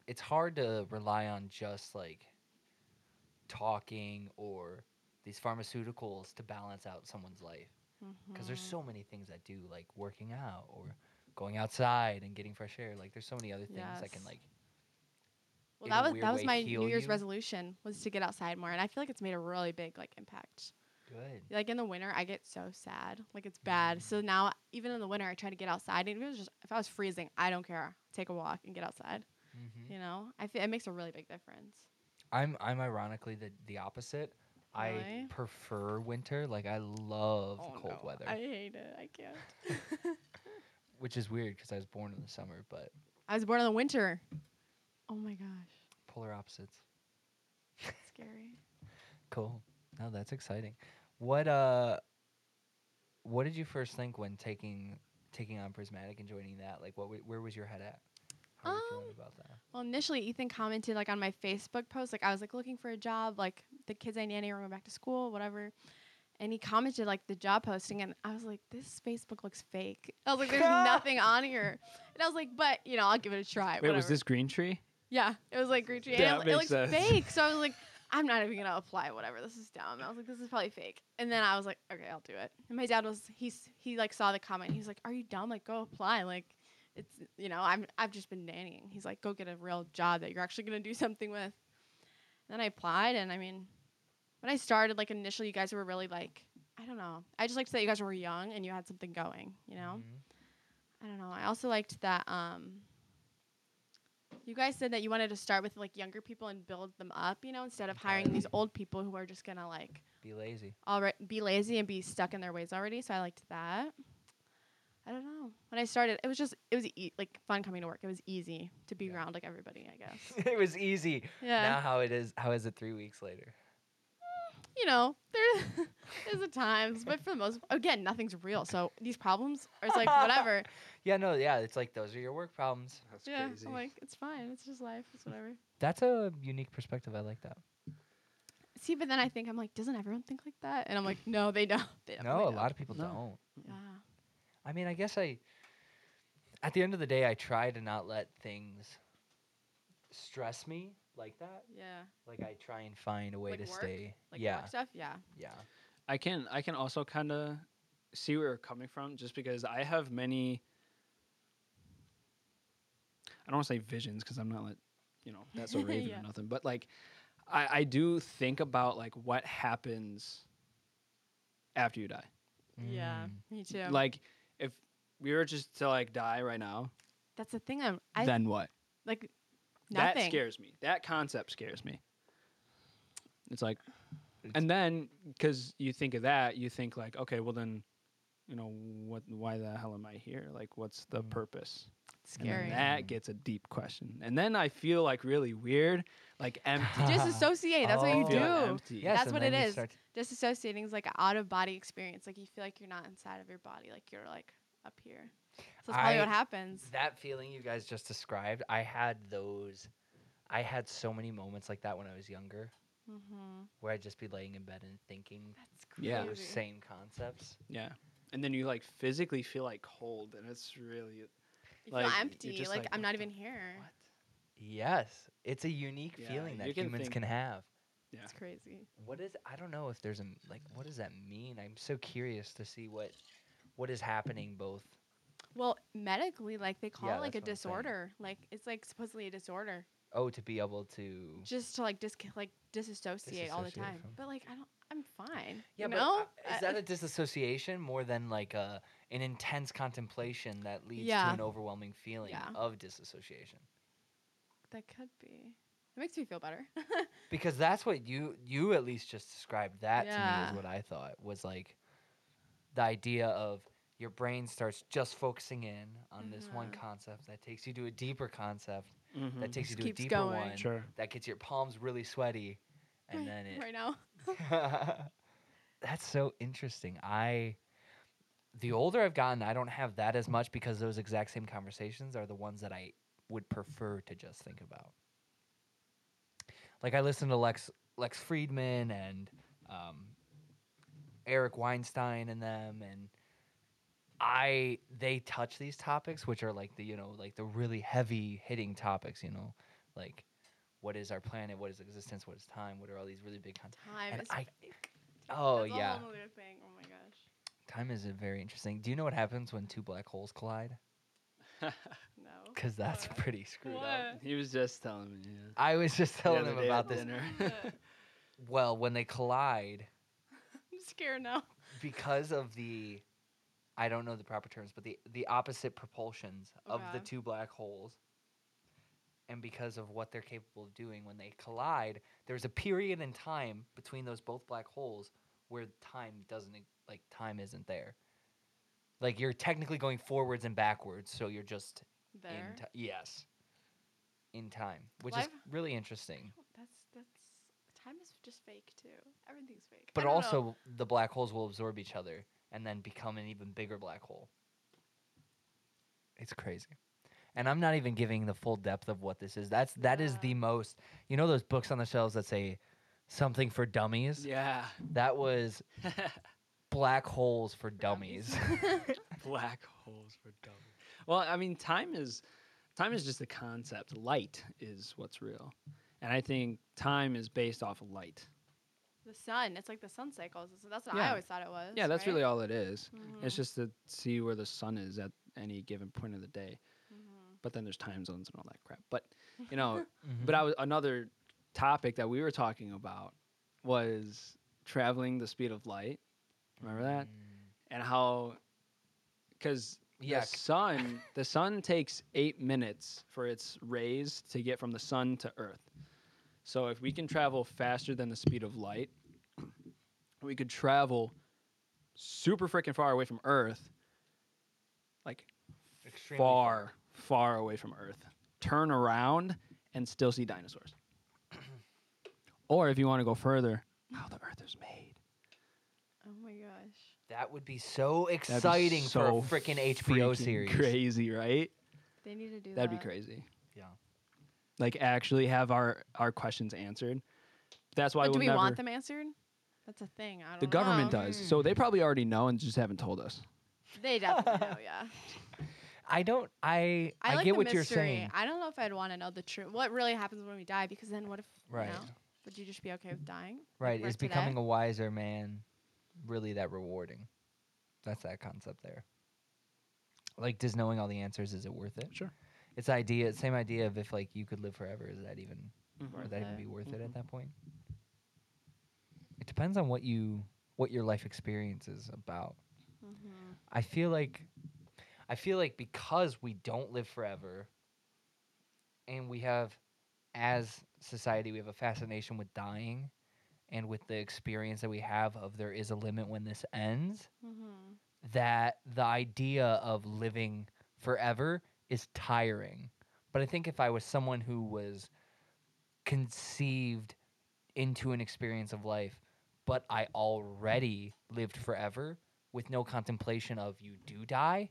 [SPEAKER 3] it's hard to rely on just like talking or these pharmaceuticals to balance out someone's life because there's
[SPEAKER 4] Mhm.
[SPEAKER 3] so many things that do like working out or going outside and getting fresh air like there's so many other things that can
[SPEAKER 4] Yes.
[SPEAKER 3] like
[SPEAKER 4] Well,
[SPEAKER 3] in
[SPEAKER 4] that
[SPEAKER 3] a
[SPEAKER 4] was
[SPEAKER 3] weird
[SPEAKER 4] that was
[SPEAKER 3] way
[SPEAKER 4] my
[SPEAKER 3] heal
[SPEAKER 4] New Year's
[SPEAKER 3] you.
[SPEAKER 4] resolution was to get outside more, and I feel like it's made a really big like impact.
[SPEAKER 3] good
[SPEAKER 4] like in the winter i get so sad like it's bad
[SPEAKER 3] Mm.
[SPEAKER 4] so now even in the winter i try to get outside and if it was just if i was freezing i don't care take a walk and get outside
[SPEAKER 3] mm-hmm.
[SPEAKER 4] you know i feel it makes a really big difference
[SPEAKER 3] I'm I'm ironically the the opposite. I
[SPEAKER 4] Really?
[SPEAKER 3] prefer winter. Like I love the cold
[SPEAKER 4] Oh, no,
[SPEAKER 3] weather,
[SPEAKER 4] i hate it i can't [LAUGHS]
[SPEAKER 3] which is weird because I was born in the summer, but
[SPEAKER 4] i was born in the winter oh my gosh
[SPEAKER 3] polar opposites.
[SPEAKER 4] scary
[SPEAKER 3] Cool. No, that's exciting. What uh, what did you first think when taking taking on Prismatic and joining that? Like, what w- where was your head at? How were you
[SPEAKER 4] Um,
[SPEAKER 3] feeling about that?
[SPEAKER 4] [LAUGHS] well initially ethan commented like on my facebook post like i was like looking for a job like the kids i nanny are going back to school whatever and he commented like the job posting, and I was like, this Facebook looks fake. I was like, [LAUGHS] there's nothing on here, and I was like, but you know, I'll give it a try.
[SPEAKER 2] Wait,
[SPEAKER 4] whatever.
[SPEAKER 2] was this green tree?
[SPEAKER 4] Yeah, it was like Gucci.
[SPEAKER 2] That
[SPEAKER 4] and it, it looks
[SPEAKER 2] makes sense.
[SPEAKER 4] fake. So I was
[SPEAKER 2] [LAUGHS]
[SPEAKER 4] like, I'm not even gonna apply. Whatever, this is dumb. I was like, this is probably fake. And then I was like, okay, I'll do it. And my dad was he's he like saw the comment. He's like, are you dumb? Like go apply. Like it's you know I'm I've just been nannying. He's like, go get a real job that you're actually gonna do something with. Then I applied, and I mean, when I started, like initially, you guys were really like, I don't know. I just liked that you guys were young and you had something going. You know.
[SPEAKER 3] Mm-hmm.
[SPEAKER 4] I don't know. I also liked that um you guys said that you wanted to start with like younger people and build them up, you know, instead of hiring these old people who are just gonna like
[SPEAKER 3] Be lazy. [LAUGHS]
[SPEAKER 4] already be lazy and be stuck in their ways already. So I liked that. I don't know. When I started, it was just it was e- like fun coming to work. It was easy to be
[SPEAKER 3] Yeah.
[SPEAKER 4] around like everybody, I
[SPEAKER 3] [LAUGHS]
[SPEAKER 4] guess.
[SPEAKER 3] it was easy. Now
[SPEAKER 4] Yeah,
[SPEAKER 3] how it is? How is it three weeks later?
[SPEAKER 4] you know, there [LAUGHS] there's the times, but for the most again, nothing's real. So these problems are it's like whatever.
[SPEAKER 3] Yeah, no, yeah. It's like those are your work problems.
[SPEAKER 5] That's
[SPEAKER 4] yeah,
[SPEAKER 5] crazy.
[SPEAKER 4] I'm like it's fine. It's just life. It's whatever.
[SPEAKER 3] That's a unique perspective. I like that.
[SPEAKER 4] See, but then I think I'm like, doesn't everyone think like that? And I'm like, no, they don't. [LAUGHS] They
[SPEAKER 3] no, a
[SPEAKER 4] definitely
[SPEAKER 3] lot of people
[SPEAKER 2] No.
[SPEAKER 3] don't.
[SPEAKER 4] don't. Yeah.
[SPEAKER 3] I mean, I guess I. At the end of the day, I try to not let things stress me like that.
[SPEAKER 4] Yeah.
[SPEAKER 3] Like I try and find a way
[SPEAKER 4] Like
[SPEAKER 3] to
[SPEAKER 4] work?
[SPEAKER 3] stay.
[SPEAKER 4] Like
[SPEAKER 3] yeah,
[SPEAKER 4] work stuff. Yeah.
[SPEAKER 3] yeah.
[SPEAKER 2] I can I can also kind of see where you're coming from, just because I have many. I don't want to say visions because I'm not like, you know, that's a
[SPEAKER 4] [LAUGHS]
[SPEAKER 2] raven
[SPEAKER 4] Yeah.
[SPEAKER 2] or nothing. But like, I I do think about like what happens after you die.
[SPEAKER 3] Mm.
[SPEAKER 4] Yeah. Me too.
[SPEAKER 2] Like, if we were just to like die right now,
[SPEAKER 4] That's the thing. I'm. I
[SPEAKER 2] then what?
[SPEAKER 4] like. Nothing.
[SPEAKER 2] That scares me. That concept scares me. It's like, and then because you think of that, you think like, okay, well then, you know, what? Why the hell am I here? Like, what's the
[SPEAKER 3] Mm.
[SPEAKER 2] purpose?
[SPEAKER 4] It's
[SPEAKER 2] And then
[SPEAKER 4] Scary.
[SPEAKER 2] that gets a deep question, and then I feel like really weird, like empty.
[SPEAKER 4] You [LAUGHS] disassociate. That's what
[SPEAKER 2] I
[SPEAKER 4] you
[SPEAKER 3] Oh.
[SPEAKER 2] feel
[SPEAKER 4] do.
[SPEAKER 2] like empty.
[SPEAKER 3] Yes,
[SPEAKER 4] That's
[SPEAKER 3] and
[SPEAKER 4] what
[SPEAKER 3] then
[SPEAKER 4] it
[SPEAKER 3] you
[SPEAKER 4] is.
[SPEAKER 3] start-
[SPEAKER 4] Disassociating is like an out of body experience. Like you feel like you're not inside of your body. Like you're like up here. So that's probably
[SPEAKER 3] I-
[SPEAKER 4] what happens.
[SPEAKER 3] that feeling you guys just described, I had those. I had so many moments like that when I was younger,
[SPEAKER 4] Mm-hmm.
[SPEAKER 3] where I'd just be laying in bed and thinking
[SPEAKER 4] That's
[SPEAKER 2] Yeah.
[SPEAKER 4] crazy.
[SPEAKER 3] those same concepts.
[SPEAKER 2] Yeah, and then you like physically feel like cold, and it's really
[SPEAKER 4] You
[SPEAKER 2] like,
[SPEAKER 4] feel
[SPEAKER 2] you're
[SPEAKER 4] empty.
[SPEAKER 2] just
[SPEAKER 4] Like,
[SPEAKER 2] like,
[SPEAKER 4] I'm
[SPEAKER 2] what
[SPEAKER 4] not
[SPEAKER 2] the-
[SPEAKER 4] even here.
[SPEAKER 3] What? Yes, it's a unique
[SPEAKER 2] Yeah,
[SPEAKER 3] feeling that
[SPEAKER 2] you can
[SPEAKER 3] humans
[SPEAKER 2] think-
[SPEAKER 3] can have.
[SPEAKER 2] Yeah.
[SPEAKER 4] It's crazy.
[SPEAKER 3] What is? I don't know if there's a m- like. What does that mean? I'm so curious to see what, what is happening both.
[SPEAKER 4] Well, medically, like they call
[SPEAKER 3] Yeah,
[SPEAKER 4] it like a
[SPEAKER 3] that's what I'm saying.
[SPEAKER 4] disorder. Like it's like supposedly a disorder.
[SPEAKER 3] Oh, to be able to.
[SPEAKER 4] just to like dis like disassociate all the
[SPEAKER 3] Disassociate
[SPEAKER 4] time.
[SPEAKER 3] from-
[SPEAKER 4] But like I don't, I'm fine.
[SPEAKER 3] Yeah,
[SPEAKER 4] you
[SPEAKER 3] but
[SPEAKER 4] know?
[SPEAKER 3] uh,
[SPEAKER 4] I-
[SPEAKER 3] is that a disassociation more than like a an intense contemplation that leads
[SPEAKER 4] Yeah.
[SPEAKER 3] to an overwhelming feeling
[SPEAKER 4] Yeah.
[SPEAKER 3] of disassociation?
[SPEAKER 4] that could be. It makes me feel better. [LAUGHS]
[SPEAKER 3] Because that's what you you at least just described that to me
[SPEAKER 4] Yeah.
[SPEAKER 3] is what I thought was like the idea of your brain starts just focusing in on this one
[SPEAKER 4] Mhm.
[SPEAKER 3] concept that takes you to a deeper concept that takes you
[SPEAKER 4] Just
[SPEAKER 3] to a
[SPEAKER 4] keeps
[SPEAKER 3] deeper
[SPEAKER 4] going.
[SPEAKER 3] one
[SPEAKER 2] Mm-hmm. Sure.
[SPEAKER 3] that gets your palms really sweaty and
[SPEAKER 4] right,
[SPEAKER 3] then it
[SPEAKER 4] right now.
[SPEAKER 3] That's so interesting. I the older I've gotten, I don't have that as much because those exact same conversations are the ones that I would prefer to just think about. Like I listen to Lex Lex Friedman and um, Eric Weinstein and them and I they touch these topics which are like the you know like the really heavy hitting topics, you know, like what is our planet, what is existence, what is time, what are all these really big concepts.
[SPEAKER 4] Time
[SPEAKER 3] And
[SPEAKER 4] is
[SPEAKER 3] I-
[SPEAKER 4] fake.
[SPEAKER 3] Oh
[SPEAKER 4] That's
[SPEAKER 3] yeah.
[SPEAKER 4] A whole other thing. Oh my gosh.
[SPEAKER 3] Time is a very interesting. Do you know what happens when two black holes collide?
[SPEAKER 4] No.
[SPEAKER 3] Because that's
[SPEAKER 4] What?
[SPEAKER 3] pretty screwed up.
[SPEAKER 4] What?
[SPEAKER 2] He was just telling me. Yeah.
[SPEAKER 3] I was just
[SPEAKER 2] The
[SPEAKER 3] telling
[SPEAKER 2] other
[SPEAKER 3] them
[SPEAKER 2] day at
[SPEAKER 3] about this.
[SPEAKER 2] dinner.
[SPEAKER 3] Well, when they collide,
[SPEAKER 4] [LAUGHS] I'm scared now.
[SPEAKER 3] because of the, I don't know the proper terms, but the the opposite propulsions of the
[SPEAKER 4] Okay.
[SPEAKER 3] two black holes, and because of what they're capable of doing when they collide, there's a period in time between those both black holes where time doesn't e- like time isn't there. Like you're technically going forwards and backwards, so you're just
[SPEAKER 4] There.
[SPEAKER 3] In ti- yes. In time, which is
[SPEAKER 4] Live-
[SPEAKER 3] really interesting.
[SPEAKER 4] that's that's time is just fake too. Everything's fake. I
[SPEAKER 3] But
[SPEAKER 4] don't know.
[SPEAKER 3] also, the black holes will absorb each other and then become an even bigger black hole. It's crazy. And I'm not even giving the full depth of what this is. That's that is
[SPEAKER 4] Yeah.
[SPEAKER 3] the most. You know those books on the shelves that say something for dummies?
[SPEAKER 2] yeah. [LAUGHS]
[SPEAKER 3] That was black holes for [LAUGHS] dummies. [LAUGHS]
[SPEAKER 2] Black [LAUGHS] holes for dummies. Well, I mean, time is time is just the concept. Light is what's real, and I think time is based off of light.
[SPEAKER 4] [LAUGHS] The sun. It's like the sun cycles. So that's what I
[SPEAKER 2] Yeah.
[SPEAKER 4] always thought it was.
[SPEAKER 2] yeah, that's
[SPEAKER 4] right?
[SPEAKER 2] really all it is. It's
[SPEAKER 4] Mhm,
[SPEAKER 2] just to see where the sun is at any given point of the day.
[SPEAKER 4] mhm.
[SPEAKER 2] But then there's time zones and all that crap. But you know,
[SPEAKER 3] Mm-hmm.
[SPEAKER 2] but I was another topic that we were talking about was traveling the speed of light. Remember that? And how because
[SPEAKER 3] Mm. Yeah,
[SPEAKER 2] the
[SPEAKER 3] [LAUGHS]
[SPEAKER 2] sun the sun takes eight minutes for its rays to get from the sun to earth so if we can travel faster than the speed of light we could travel super freaking far away from earth like
[SPEAKER 3] extremely
[SPEAKER 2] far far away from earth turn around and still see
[SPEAKER 3] [CLEARS THROAT]
[SPEAKER 2] dinosaurs or if you want to go further how the earth is made
[SPEAKER 4] Oh my gosh.
[SPEAKER 3] That would be so exciting
[SPEAKER 2] so
[SPEAKER 3] for a freaking HBO
[SPEAKER 2] Freaking
[SPEAKER 3] series.
[SPEAKER 2] crazy right
[SPEAKER 4] They need to do
[SPEAKER 2] That'd
[SPEAKER 4] that.
[SPEAKER 2] be crazy.
[SPEAKER 3] Yeah.
[SPEAKER 2] Like actually have our our questions answered. That's why
[SPEAKER 4] But do
[SPEAKER 2] we'll
[SPEAKER 4] we
[SPEAKER 2] never.
[SPEAKER 4] want them Hmm. answered? That's a thing. I don't
[SPEAKER 2] the government
[SPEAKER 4] know.
[SPEAKER 2] does, so they probably already know and just haven't told us.
[SPEAKER 4] They definitely know,
[SPEAKER 3] [LAUGHS]
[SPEAKER 4] yeah.
[SPEAKER 3] I don't. I
[SPEAKER 4] I,
[SPEAKER 3] I,
[SPEAKER 4] like
[SPEAKER 3] get
[SPEAKER 4] the
[SPEAKER 3] what
[SPEAKER 4] mystery.
[SPEAKER 3] you're saying.
[SPEAKER 4] I don't know if I'd want to know the truth. What really happens when we die? Because then what if?
[SPEAKER 3] Right.
[SPEAKER 4] You know, would you just be okay with dying?
[SPEAKER 3] Right.
[SPEAKER 4] for
[SPEAKER 3] Is
[SPEAKER 4] today?
[SPEAKER 3] becoming a wiser man really that rewarding? That's that concept there. Like, does knowing all the answers is it worth it?
[SPEAKER 2] Sure.
[SPEAKER 3] It's the idea. Same idea of if like you could live forever. Is that even?
[SPEAKER 4] Mm-hmm.
[SPEAKER 3] Would that even
[SPEAKER 4] it.
[SPEAKER 3] be worth it
[SPEAKER 2] Mhm.
[SPEAKER 3] at that point? It depends on what you what your life experience is about.
[SPEAKER 4] Mhm.
[SPEAKER 3] I feel like I feel like because we don't live forever and we have as society we have a fascination with dying and with the experience that we have of there is a limit when this ends
[SPEAKER 4] Mhm.
[SPEAKER 3] that the idea of living forever is tiring. But I think if I was someone who was conceived into an experience of life, but I already lived forever with no contemplation of you do die,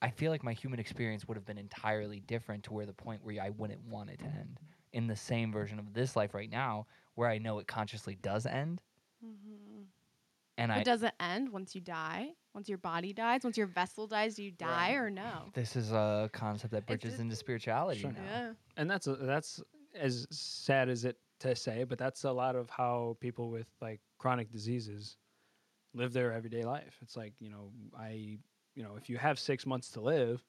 [SPEAKER 3] I feel like my human experience would have been entirely different to where the point where I wouldn't want it to end. In the same version of this life right now, where I know it consciously does end,
[SPEAKER 4] Mhm.
[SPEAKER 3] and I
[SPEAKER 4] But does it end once you die? Once your body dies? Once your vessel dies? Do you die or no?
[SPEAKER 3] This is a concept that bridges
[SPEAKER 4] just-
[SPEAKER 3] into spirituality
[SPEAKER 2] Sure.
[SPEAKER 3] now.
[SPEAKER 4] Yeah.
[SPEAKER 2] And that's a, that's as sad as it to say, but that's a lot of how people with like chronic diseases live their everyday life. It's like you know I you know if you have six months to live,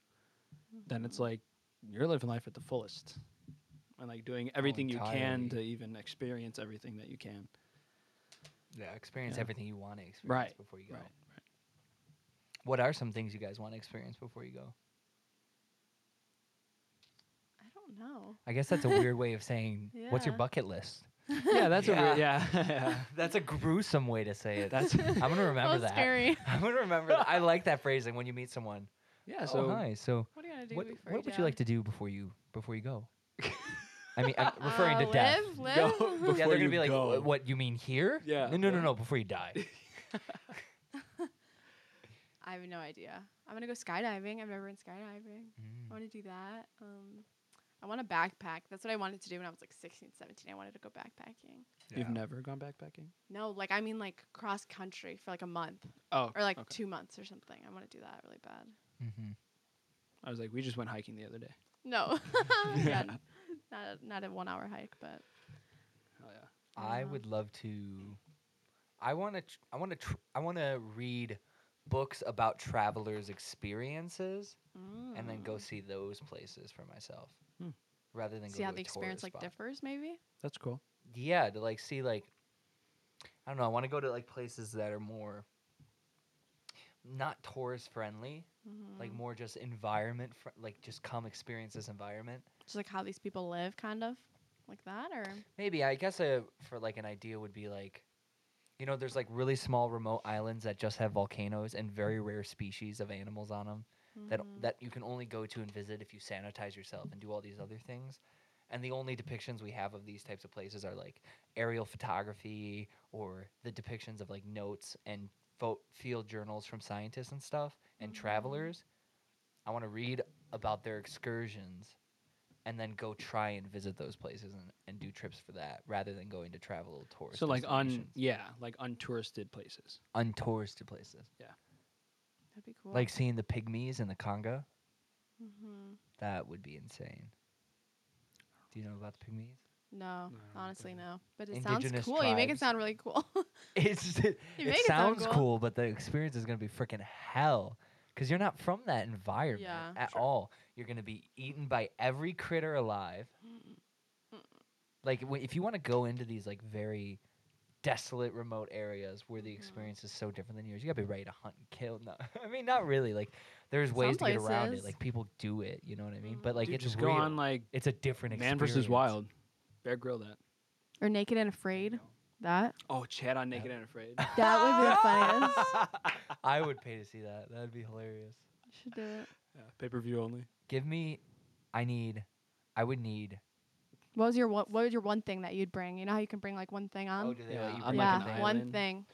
[SPEAKER 2] then it's like you're living life at the fullest, and like doing everything you can
[SPEAKER 3] entirely.
[SPEAKER 2] to even experience everything that you can.
[SPEAKER 3] Yeah, experience
[SPEAKER 2] Yeah.
[SPEAKER 3] everything you want to experience
[SPEAKER 2] Right,
[SPEAKER 3] before you go.
[SPEAKER 2] Right.
[SPEAKER 3] What are some things you guys want to experience before you go?
[SPEAKER 4] I don't know.
[SPEAKER 3] I guess that's a weird way of saying what's your
[SPEAKER 4] Yeah.
[SPEAKER 3] bucket
[SPEAKER 4] [LAUGHS]
[SPEAKER 3] list?
[SPEAKER 2] [LAUGHS] yeah, that's a weird.
[SPEAKER 3] Yeah.
[SPEAKER 2] Yeah, yeah.
[SPEAKER 3] That's a gruesome way to say it.
[SPEAKER 4] [LAUGHS]
[SPEAKER 2] That's
[SPEAKER 3] I'm gonna remember
[SPEAKER 4] That's
[SPEAKER 3] that.
[SPEAKER 4] scary.
[SPEAKER 3] [LAUGHS] I'm gonna remember that. I like that phrasing when you meet someone.
[SPEAKER 2] yeah.
[SPEAKER 3] So
[SPEAKER 2] So
[SPEAKER 3] oh, hi. So
[SPEAKER 4] What are you gonna do
[SPEAKER 3] what,
[SPEAKER 4] before
[SPEAKER 3] what
[SPEAKER 4] you
[SPEAKER 3] would you like to do before you before
[SPEAKER 2] [LAUGHS]
[SPEAKER 3] you go? I mean, I'm referring to
[SPEAKER 4] Uh, live,
[SPEAKER 3] death. [LAUGHS]
[SPEAKER 4] Live,
[SPEAKER 2] Go
[SPEAKER 4] live.
[SPEAKER 2] before
[SPEAKER 3] yeah, they're
[SPEAKER 2] you
[SPEAKER 3] gonna be like,
[SPEAKER 2] go.
[SPEAKER 3] "Wh- "What you mean here?"
[SPEAKER 2] Yeah,
[SPEAKER 3] No, no, no,
[SPEAKER 2] yeah.
[SPEAKER 3] no. Before
[SPEAKER 2] [LAUGHS]
[SPEAKER 3] you die.
[SPEAKER 4] [LAUGHS] I have no idea. I'm gonna go skydiving. I've never been skydiving. I
[SPEAKER 3] Mm.
[SPEAKER 4] want to do that. Um, I want a backpack. That's what I wanted to do when I was like 16, 17. I wanted to go backpacking.
[SPEAKER 2] you've
[SPEAKER 3] Yeah.
[SPEAKER 2] never gone backpacking?
[SPEAKER 4] No, like I mean like cross country for like a month
[SPEAKER 2] Oh,
[SPEAKER 4] or like
[SPEAKER 2] okay.
[SPEAKER 4] two months or something. I want to do that really bad.
[SPEAKER 3] Mhm.
[SPEAKER 2] I was like, we just went hiking the other day.
[SPEAKER 3] [LAUGHS]
[SPEAKER 4] No, [LAUGHS] Oh, yeah,
[SPEAKER 2] [LAUGHS] Yeah.
[SPEAKER 4] not a, not a one hour hike, but
[SPEAKER 2] Oh yeah.
[SPEAKER 3] I
[SPEAKER 4] Yeah.
[SPEAKER 3] would love to. I want to. I want to. Tr- I want to read books about travelers' experiences and then go
[SPEAKER 4] Mm.
[SPEAKER 3] see those places for myself,
[SPEAKER 2] Hmm.
[SPEAKER 3] rather than
[SPEAKER 4] see
[SPEAKER 3] go
[SPEAKER 4] how
[SPEAKER 3] to a
[SPEAKER 4] the experience
[SPEAKER 3] tourist
[SPEAKER 4] like
[SPEAKER 3] spot.
[SPEAKER 4] differs maybe.
[SPEAKER 2] That's cool.
[SPEAKER 3] Yeah, to like see like. I don't know. I want to go to like places that are more. Not tourist friendly, like
[SPEAKER 4] Mhm.
[SPEAKER 3] more just environment, fr- like just come experience this environment.
[SPEAKER 4] just like how these people live, kind of like that, or
[SPEAKER 3] Maybe I guess a for like an idea would be like, you know, there's like really small remote islands that just have volcanoes and very rare species of animals on them that
[SPEAKER 4] Mhm.
[SPEAKER 3] that you can only go to and visit if you sanitize yourself and do all these other things. And the only depictions we have of these types of places are like aerial photography or the depictions of like notes and fo- field journals from scientists and stuff and
[SPEAKER 4] Mhm.
[SPEAKER 3] travelers. I want to read about their excursions and then go try and visit those places and, and do trips for that rather than going to travel tourists.
[SPEAKER 2] So like on yeah, like untouristed places.
[SPEAKER 3] untouristed places.
[SPEAKER 4] That'd be cool.
[SPEAKER 3] Like seeing the pygmies in the Congo.
[SPEAKER 4] hmm
[SPEAKER 3] That would be insane. Do you know about
[SPEAKER 2] [LAUGHS]
[SPEAKER 3] the pygmies?
[SPEAKER 4] no,
[SPEAKER 2] No, I don't
[SPEAKER 4] honestly,
[SPEAKER 2] think-
[SPEAKER 4] no. But it sounds
[SPEAKER 3] Indigenous
[SPEAKER 4] cool. You make it
[SPEAKER 3] tribes.
[SPEAKER 4] sound really cool. [LAUGHS]
[SPEAKER 3] It's
[SPEAKER 4] You
[SPEAKER 3] [LAUGHS] it
[SPEAKER 4] make it sound
[SPEAKER 3] sounds
[SPEAKER 4] cool.
[SPEAKER 3] cool, but the experience is gonna be freaking hell because you're not from that environment
[SPEAKER 4] Yeah.
[SPEAKER 3] at
[SPEAKER 2] Sure.
[SPEAKER 3] all. You're gonna be eaten by every critter alive. Like w- if you want to go into these like very desolate remote areas where
[SPEAKER 2] Mm-hmm.
[SPEAKER 3] the
[SPEAKER 4] Mhm.
[SPEAKER 3] experience is so different than yours, you gotta be ready to hunt and kill. No, [LAUGHS] I mean not really. Like there's ways to get around it.
[SPEAKER 4] places.
[SPEAKER 3] Like people do it. You know what I mean?
[SPEAKER 4] Mhm.
[SPEAKER 3] But like
[SPEAKER 2] Dude,
[SPEAKER 3] it's
[SPEAKER 2] just
[SPEAKER 3] real.
[SPEAKER 2] go on like
[SPEAKER 3] it's a different
[SPEAKER 2] Mm-hmm. Man
[SPEAKER 3] experience.
[SPEAKER 2] versus Wild. Bear grill that.
[SPEAKER 4] or naked and afraid. That
[SPEAKER 2] Oh, Chad on Naked and
[SPEAKER 3] [LAUGHS]
[SPEAKER 2] Afraid.
[SPEAKER 4] that would be the funniest.
[SPEAKER 3] I would pay to see that. That'd be hilarious.
[SPEAKER 4] You should do it.
[SPEAKER 2] yeah, Pay per view only.
[SPEAKER 3] Give me, I need, I would need.
[SPEAKER 4] What was your one, what was your one thing that you'd bring? You know how you can bring like one thing on.
[SPEAKER 3] oh, do
[SPEAKER 2] Um,
[SPEAKER 3] they
[SPEAKER 2] yeah,
[SPEAKER 3] let you
[SPEAKER 2] I'm
[SPEAKER 3] bring
[SPEAKER 4] yeah,
[SPEAKER 2] like
[SPEAKER 3] it
[SPEAKER 2] an
[SPEAKER 3] back?
[SPEAKER 4] one
[SPEAKER 2] island.
[SPEAKER 4] thing.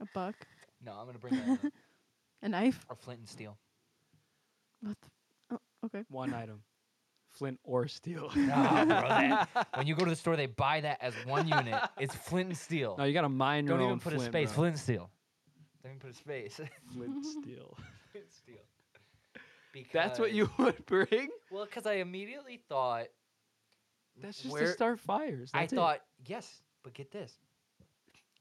[SPEAKER 4] A book,
[SPEAKER 3] No, I'm gonna bring a,
[SPEAKER 2] [LAUGHS]
[SPEAKER 4] a knife.
[SPEAKER 3] a flint and steel. [LAUGHS]
[SPEAKER 4] What? The, oh, okay.
[SPEAKER 2] [LAUGHS] One item. Flint or steel.
[SPEAKER 3] Nah, bro, that- when you go to the store, they buy that as one
[SPEAKER 2] [LAUGHS]
[SPEAKER 3] unit. It's flint and steel.
[SPEAKER 2] [LAUGHS] no, you gotta mine your
[SPEAKER 3] Don't even
[SPEAKER 2] own
[SPEAKER 3] put
[SPEAKER 2] flint,
[SPEAKER 3] a space.
[SPEAKER 2] bro.
[SPEAKER 3] Flint and steel. Don't even put a space.
[SPEAKER 2] [LAUGHS]
[SPEAKER 3] [LAUGHS]
[SPEAKER 2] Flint steel.
[SPEAKER 3] flint and steel.
[SPEAKER 2] That's what
[SPEAKER 3] [LAUGHS]
[SPEAKER 2] you would bring.
[SPEAKER 3] Well, because I immediately thought.
[SPEAKER 2] That's just
[SPEAKER 3] where-
[SPEAKER 2] to start fires.
[SPEAKER 3] I
[SPEAKER 2] That's it.
[SPEAKER 3] thought, yes, but get this.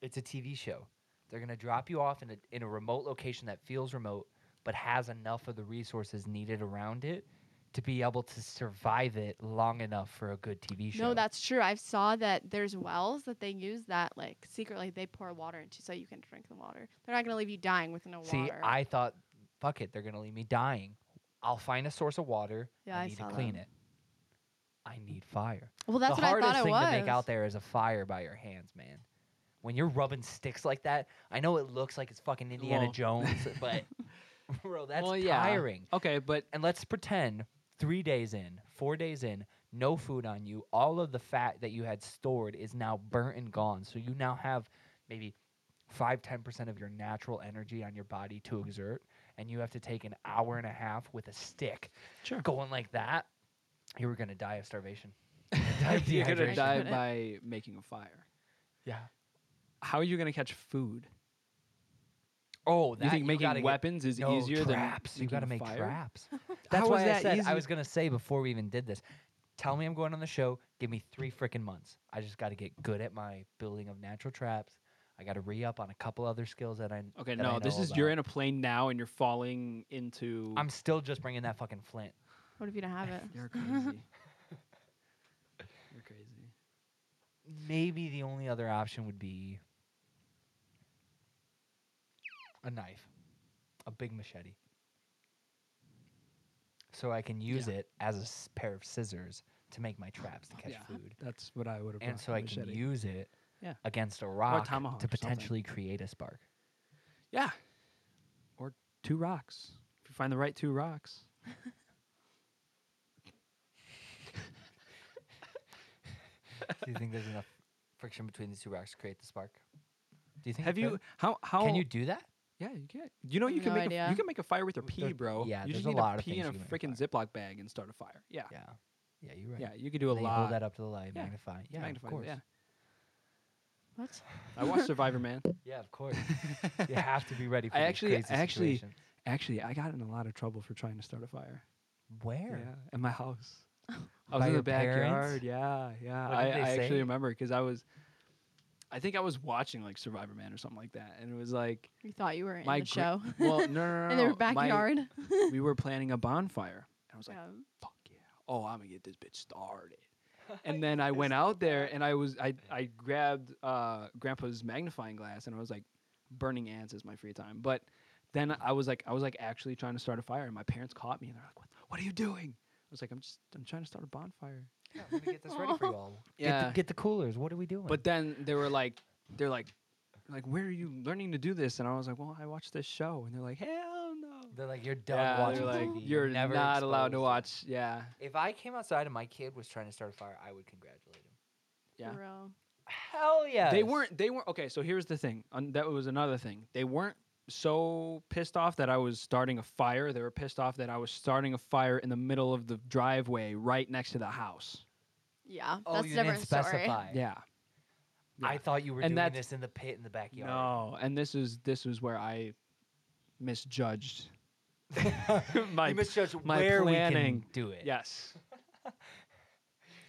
[SPEAKER 3] It's a TV show. They're going to drop you off in a, in a remote location that feels remote, but has enough of the resources needed around it to be able to survive it long enough for a good TV show.
[SPEAKER 4] No, that's true. I saw that there's wells that they use that like secretly they pour water into so you can drink the water. They're not gonna leave you dying with no
[SPEAKER 3] See,
[SPEAKER 4] water.
[SPEAKER 3] I thought, fuck it, they're going to leave me dying. I'll find a source of water.
[SPEAKER 4] Yeah,
[SPEAKER 3] I
[SPEAKER 4] I
[SPEAKER 3] need to
[SPEAKER 4] saw that.
[SPEAKER 3] clean it. I need fire.
[SPEAKER 4] well, that's
[SPEAKER 3] the
[SPEAKER 4] what I
[SPEAKER 3] hardest
[SPEAKER 4] thought it
[SPEAKER 3] thing
[SPEAKER 4] was.
[SPEAKER 3] to make out there is a fire by your hands, man. When you're rubbing sticks like that, I know it looks like it's fucking Indiana
[SPEAKER 2] Well-
[SPEAKER 3] Jones, but bro, that's
[SPEAKER 2] Well, yeah.
[SPEAKER 3] tiring.
[SPEAKER 2] Okay, but
[SPEAKER 3] And let's pretend three days in, four days in, no food on you. All of the fat that you had stored is now burnt and gone. So you now have maybe five, ten percent of your natural energy on your body to exert, and you have to take an hour and a half with a stick
[SPEAKER 2] sure.
[SPEAKER 3] going like that. You were gonna die
[SPEAKER 2] [LAUGHS]
[SPEAKER 3] of starvation.
[SPEAKER 2] You're gonna
[SPEAKER 3] dehydration.
[SPEAKER 2] die [LAUGHS]
[SPEAKER 4] Couldn't.
[SPEAKER 2] by making a fire.
[SPEAKER 3] Yeah.
[SPEAKER 2] How are you gonna catch food?
[SPEAKER 3] Oh, that
[SPEAKER 2] you think
[SPEAKER 3] gotta
[SPEAKER 2] making
[SPEAKER 3] get-
[SPEAKER 2] weapons is
[SPEAKER 3] no,
[SPEAKER 2] easier
[SPEAKER 3] traps.
[SPEAKER 2] than
[SPEAKER 3] you gotta
[SPEAKER 2] making
[SPEAKER 3] make
[SPEAKER 2] fire? [LAUGHS]
[SPEAKER 3] traps. That's
[SPEAKER 2] is
[SPEAKER 3] why I
[SPEAKER 2] that
[SPEAKER 3] said I
[SPEAKER 2] easy?
[SPEAKER 3] was gonna say before we even did this. Tell me I'm going on the show. Give me three freaking months. I just got to get good at my building of natural traps. I got to re up on a couple other skills that I. n-
[SPEAKER 2] Okay,
[SPEAKER 3] that I
[SPEAKER 2] no, this
[SPEAKER 3] know
[SPEAKER 2] is you're
[SPEAKER 3] about.
[SPEAKER 2] in a plane now and you're falling into.
[SPEAKER 3] I'm still just bringing that fucking flint.
[SPEAKER 4] What if you don't have it?
[SPEAKER 2] You're [LAUGHS] crazy. you're crazy.
[SPEAKER 3] Maybe the only other option would be a knife, a big machete. So I can use it as a s- pair of scissors to make my traps to catch
[SPEAKER 2] Yeah,
[SPEAKER 3] food.
[SPEAKER 2] That's what I would have.
[SPEAKER 3] and so I can use it
[SPEAKER 2] Yeah.
[SPEAKER 3] against a rock
[SPEAKER 2] tomahawk
[SPEAKER 3] to
[SPEAKER 2] or something.
[SPEAKER 3] potentially create a spark.
[SPEAKER 2] Yeah. Or two rocks. If you find the right two rocks.
[SPEAKER 3] Do you think there's enough friction between these two rocks to create the spark? Do you think?
[SPEAKER 2] Have you? How? How?
[SPEAKER 3] uh, Can you do that?
[SPEAKER 2] Yeah, you can. You know, you
[SPEAKER 4] have
[SPEAKER 2] can
[SPEAKER 4] no
[SPEAKER 2] make a,
[SPEAKER 4] idea.
[SPEAKER 2] you can make a fire with a pea,
[SPEAKER 3] There-
[SPEAKER 2] bro.
[SPEAKER 3] yeah,
[SPEAKER 2] you
[SPEAKER 3] there's
[SPEAKER 2] just
[SPEAKER 3] a
[SPEAKER 2] need
[SPEAKER 3] lot
[SPEAKER 2] a
[SPEAKER 3] of
[SPEAKER 2] pea
[SPEAKER 3] things
[SPEAKER 2] in a
[SPEAKER 3] you can make a
[SPEAKER 2] freaking
[SPEAKER 3] fire.
[SPEAKER 2] Ziploc bag and start a fire. Yeah,
[SPEAKER 3] Yeah. Yeah, you're right.
[SPEAKER 2] yeah, you could do a
[SPEAKER 3] And then you
[SPEAKER 2] lot.
[SPEAKER 3] hold that up to the light,
[SPEAKER 2] Yeah.
[SPEAKER 3] magnify. it. Yeah,
[SPEAKER 2] Magnify it,
[SPEAKER 3] of course.
[SPEAKER 2] yeah.
[SPEAKER 4] What?
[SPEAKER 2] I watched Survivor [LAUGHS] Man.
[SPEAKER 3] Yeah, of course. you have to be ready for
[SPEAKER 2] [LAUGHS] I
[SPEAKER 3] these
[SPEAKER 2] actually-
[SPEAKER 3] crazy
[SPEAKER 2] I actually-
[SPEAKER 3] situations.
[SPEAKER 2] Actually, I got in a lot of trouble for trying to start a fire.
[SPEAKER 3] Where?
[SPEAKER 2] Yeah, in my house.
[SPEAKER 4] Oh.
[SPEAKER 2] I was
[SPEAKER 3] By
[SPEAKER 2] in the
[SPEAKER 3] your parents?
[SPEAKER 2] backyard. Yeah, yeah.
[SPEAKER 3] What
[SPEAKER 2] I,
[SPEAKER 3] did they
[SPEAKER 2] I
[SPEAKER 3] say?
[SPEAKER 2] actually remember because I was, I think I was watching like Survivor Man or something like that, and it was like
[SPEAKER 4] You thought you were in
[SPEAKER 2] my
[SPEAKER 4] the
[SPEAKER 2] gr-
[SPEAKER 3] [LAUGHS]
[SPEAKER 4] show.
[SPEAKER 2] [LAUGHS] Well, no, no, no.
[SPEAKER 4] [LAUGHS] in their
[SPEAKER 2] no, Oh, my-
[SPEAKER 4] backyard.
[SPEAKER 2] we were planning a bonfire, and I was like,
[SPEAKER 4] Yeah.
[SPEAKER 2] fuck yeah. Oh, I'm gonna get this bitch started.
[SPEAKER 3] [LAUGHS]
[SPEAKER 2] And then I went out there and I was I I grabbed uh grandpa's magnifying glass and I was like burning ants is my free time. But then I was like I was like actually trying to start a fire and my parents caught me and they're like, What what are you doing? I was like, I'm just I'm trying to start a bonfire.
[SPEAKER 3] Yeah, I'm gonna get this ready for
[SPEAKER 2] [LAUGHS]
[SPEAKER 4] Aw.
[SPEAKER 3] y'all. Get,
[SPEAKER 2] Yeah.
[SPEAKER 3] the, get the coolers. What are we doing?
[SPEAKER 2] But then they were like they're like like where are you learning to do this? And I was like, Well, I watched this show and they're like, Hell no.
[SPEAKER 3] they're like, you're done
[SPEAKER 2] Yeah,
[SPEAKER 3] watching
[SPEAKER 2] they're like,
[SPEAKER 3] TV.
[SPEAKER 2] You're
[SPEAKER 3] never
[SPEAKER 2] not allowed to watch.
[SPEAKER 3] exposed."
[SPEAKER 2] Yeah.
[SPEAKER 3] If I came outside and my kid was trying to start a fire, I would congratulate him.
[SPEAKER 2] Yeah.
[SPEAKER 4] For real.
[SPEAKER 3] Hell yeah.
[SPEAKER 2] They weren't. They weren't. Okay, so here's the thing. Un- that was another thing. They weren't so pissed off that I was starting a fire. They were pissed off that I was starting a fire in the middle of the driveway right next to the house.
[SPEAKER 4] Yeah,
[SPEAKER 3] Oh,
[SPEAKER 4] that's a
[SPEAKER 3] you
[SPEAKER 4] different
[SPEAKER 3] didn't
[SPEAKER 4] story.
[SPEAKER 3] specify.
[SPEAKER 2] Yeah.
[SPEAKER 3] I thought you were
[SPEAKER 2] And
[SPEAKER 3] doing
[SPEAKER 2] that's-
[SPEAKER 3] this in the pit in the backyard.
[SPEAKER 2] No, and this is this is where I
[SPEAKER 4] [LAUGHS]
[SPEAKER 2] misjudged.
[SPEAKER 3] you [LAUGHS]
[SPEAKER 2] [LAUGHS] My-
[SPEAKER 3] misjudged
[SPEAKER 2] my
[SPEAKER 3] where we
[SPEAKER 2] planning.
[SPEAKER 3] can do it.
[SPEAKER 2] Yes.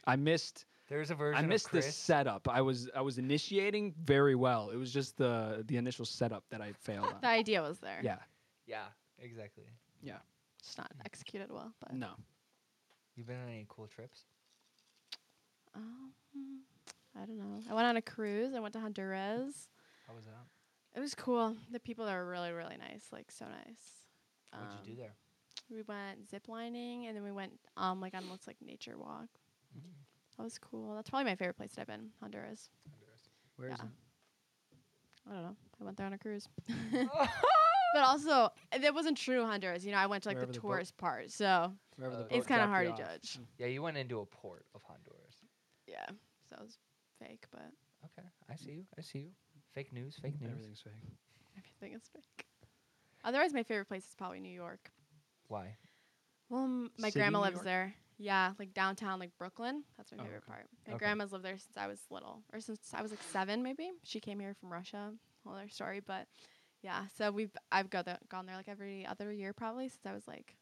[SPEAKER 2] I missed
[SPEAKER 3] There's a version
[SPEAKER 2] I missed
[SPEAKER 3] of
[SPEAKER 2] the
[SPEAKER 3] Chris.
[SPEAKER 2] setup. I was I was initiating very well. It was just the the initial setup that I failed
[SPEAKER 4] [LAUGHS] The
[SPEAKER 2] on.
[SPEAKER 4] idea was there.
[SPEAKER 2] Yeah.
[SPEAKER 3] Yeah, exactly.
[SPEAKER 4] It's not executed well, but
[SPEAKER 2] No.
[SPEAKER 3] You've been on any cool trips?
[SPEAKER 4] um, I don't know. I went on a cruise. I went to Honduras.
[SPEAKER 3] How was that?
[SPEAKER 4] It was cool. The people there were really, really nice. Like so nice.
[SPEAKER 3] What'd
[SPEAKER 4] Um,
[SPEAKER 3] you do
[SPEAKER 4] [LAUGHS]
[SPEAKER 3] there? [LAUGHS]
[SPEAKER 4] We went zip lining and then we went um like on this like nature walk.
[SPEAKER 3] Mm.
[SPEAKER 4] That was cool. That's probably my favorite place that I've been, Honduras.
[SPEAKER 2] Where is
[SPEAKER 4] yeah. I don't know. I went there on a cruise. but also, that wasn't true Honduras. You know, I went to like
[SPEAKER 2] Wherever
[SPEAKER 4] the
[SPEAKER 2] the boat-
[SPEAKER 4] tourist part, so
[SPEAKER 2] it? Wherever the
[SPEAKER 3] Uh,
[SPEAKER 2] boat
[SPEAKER 4] it's kind of
[SPEAKER 2] dropped
[SPEAKER 4] hard
[SPEAKER 2] you
[SPEAKER 4] to
[SPEAKER 2] off.
[SPEAKER 4] judge.
[SPEAKER 3] Yeah, you went into a port of Honduras.
[SPEAKER 4] Yeah, so it was fake, but
[SPEAKER 3] Okay, I see you. I see you. Fake news. Fake news.
[SPEAKER 2] Everything's fake.
[SPEAKER 4] everything is fake. Otherwise, my favorite place is probably New York.
[SPEAKER 3] Why?
[SPEAKER 4] Well, m- my
[SPEAKER 2] City
[SPEAKER 4] grandma
[SPEAKER 2] New
[SPEAKER 4] lives
[SPEAKER 2] York?
[SPEAKER 4] there. Yeah, like downtown, like Brooklyn. That's my
[SPEAKER 2] Oh,
[SPEAKER 4] favorite
[SPEAKER 2] okay.
[SPEAKER 4] part. My
[SPEAKER 3] Okay.
[SPEAKER 4] grandma's lived there since I was little, or since I was like seven, maybe. She came here from Russia. Whole other story, but yeah. So we've I've go there, gone there like every other year probably since I was like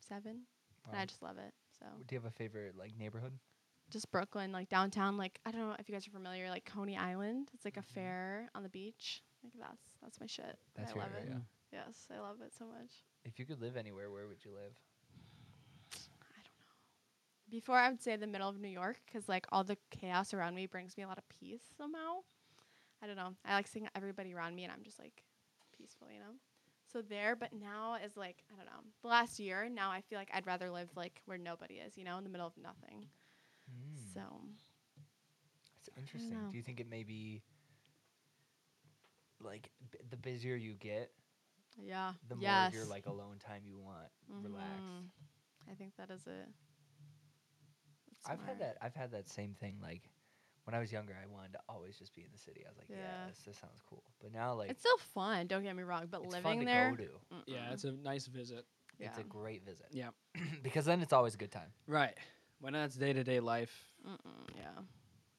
[SPEAKER 4] seven, and I
[SPEAKER 3] Wow.
[SPEAKER 4] just love it. So
[SPEAKER 3] Do you have a favorite like neighborhood?
[SPEAKER 4] just Brooklyn, like downtown, like I don't know if you guys are familiar, like Coney Island. It's like a
[SPEAKER 3] Mhm.
[SPEAKER 4] fair on the beach. Like that's that's my shit.
[SPEAKER 3] That's
[SPEAKER 4] I
[SPEAKER 3] your
[SPEAKER 4] love it.
[SPEAKER 3] area.
[SPEAKER 4] Yes, I love it so much.
[SPEAKER 3] If you could live anywhere, where would you live?
[SPEAKER 4] Before I would say the middle of New York because like all the chaos around me brings me a lot of peace somehow. I don't know. I like seeing everybody around me and I'm just like peaceful, you know. So there, but now is like I don't know. The last year now I feel like I'd rather live like where nobody is, you know, in the middle of nothing. So
[SPEAKER 3] That's Hmm. interesting.
[SPEAKER 4] know.
[SPEAKER 3] Do you think it may be like b- the busier you get,
[SPEAKER 4] yeah.
[SPEAKER 3] the
[SPEAKER 4] yes.
[SPEAKER 3] more your like alone time you want, relaxed.
[SPEAKER 4] Mhm. I think that is it. That's
[SPEAKER 3] I've had
[SPEAKER 4] smart.
[SPEAKER 3] that. I've had that same thing. Like when I was younger, I wanted to always just be in the city. I was like, yeah,
[SPEAKER 4] Yeah.
[SPEAKER 3] this, this sounds cool. But now, like,
[SPEAKER 4] it's still fun. Don't get me wrong, but
[SPEAKER 3] it's fun
[SPEAKER 4] living
[SPEAKER 3] to
[SPEAKER 4] there,
[SPEAKER 3] go to.
[SPEAKER 2] Yeah,
[SPEAKER 4] mm-mm.
[SPEAKER 2] it's a nice visit.
[SPEAKER 3] It's
[SPEAKER 4] Yeah.
[SPEAKER 3] a great visit.
[SPEAKER 2] Yeah.
[SPEAKER 3] [CLEARS THROAT] because then it's always a good time.
[SPEAKER 2] Right. When that's day to day life,
[SPEAKER 4] Mm-mm, yeah.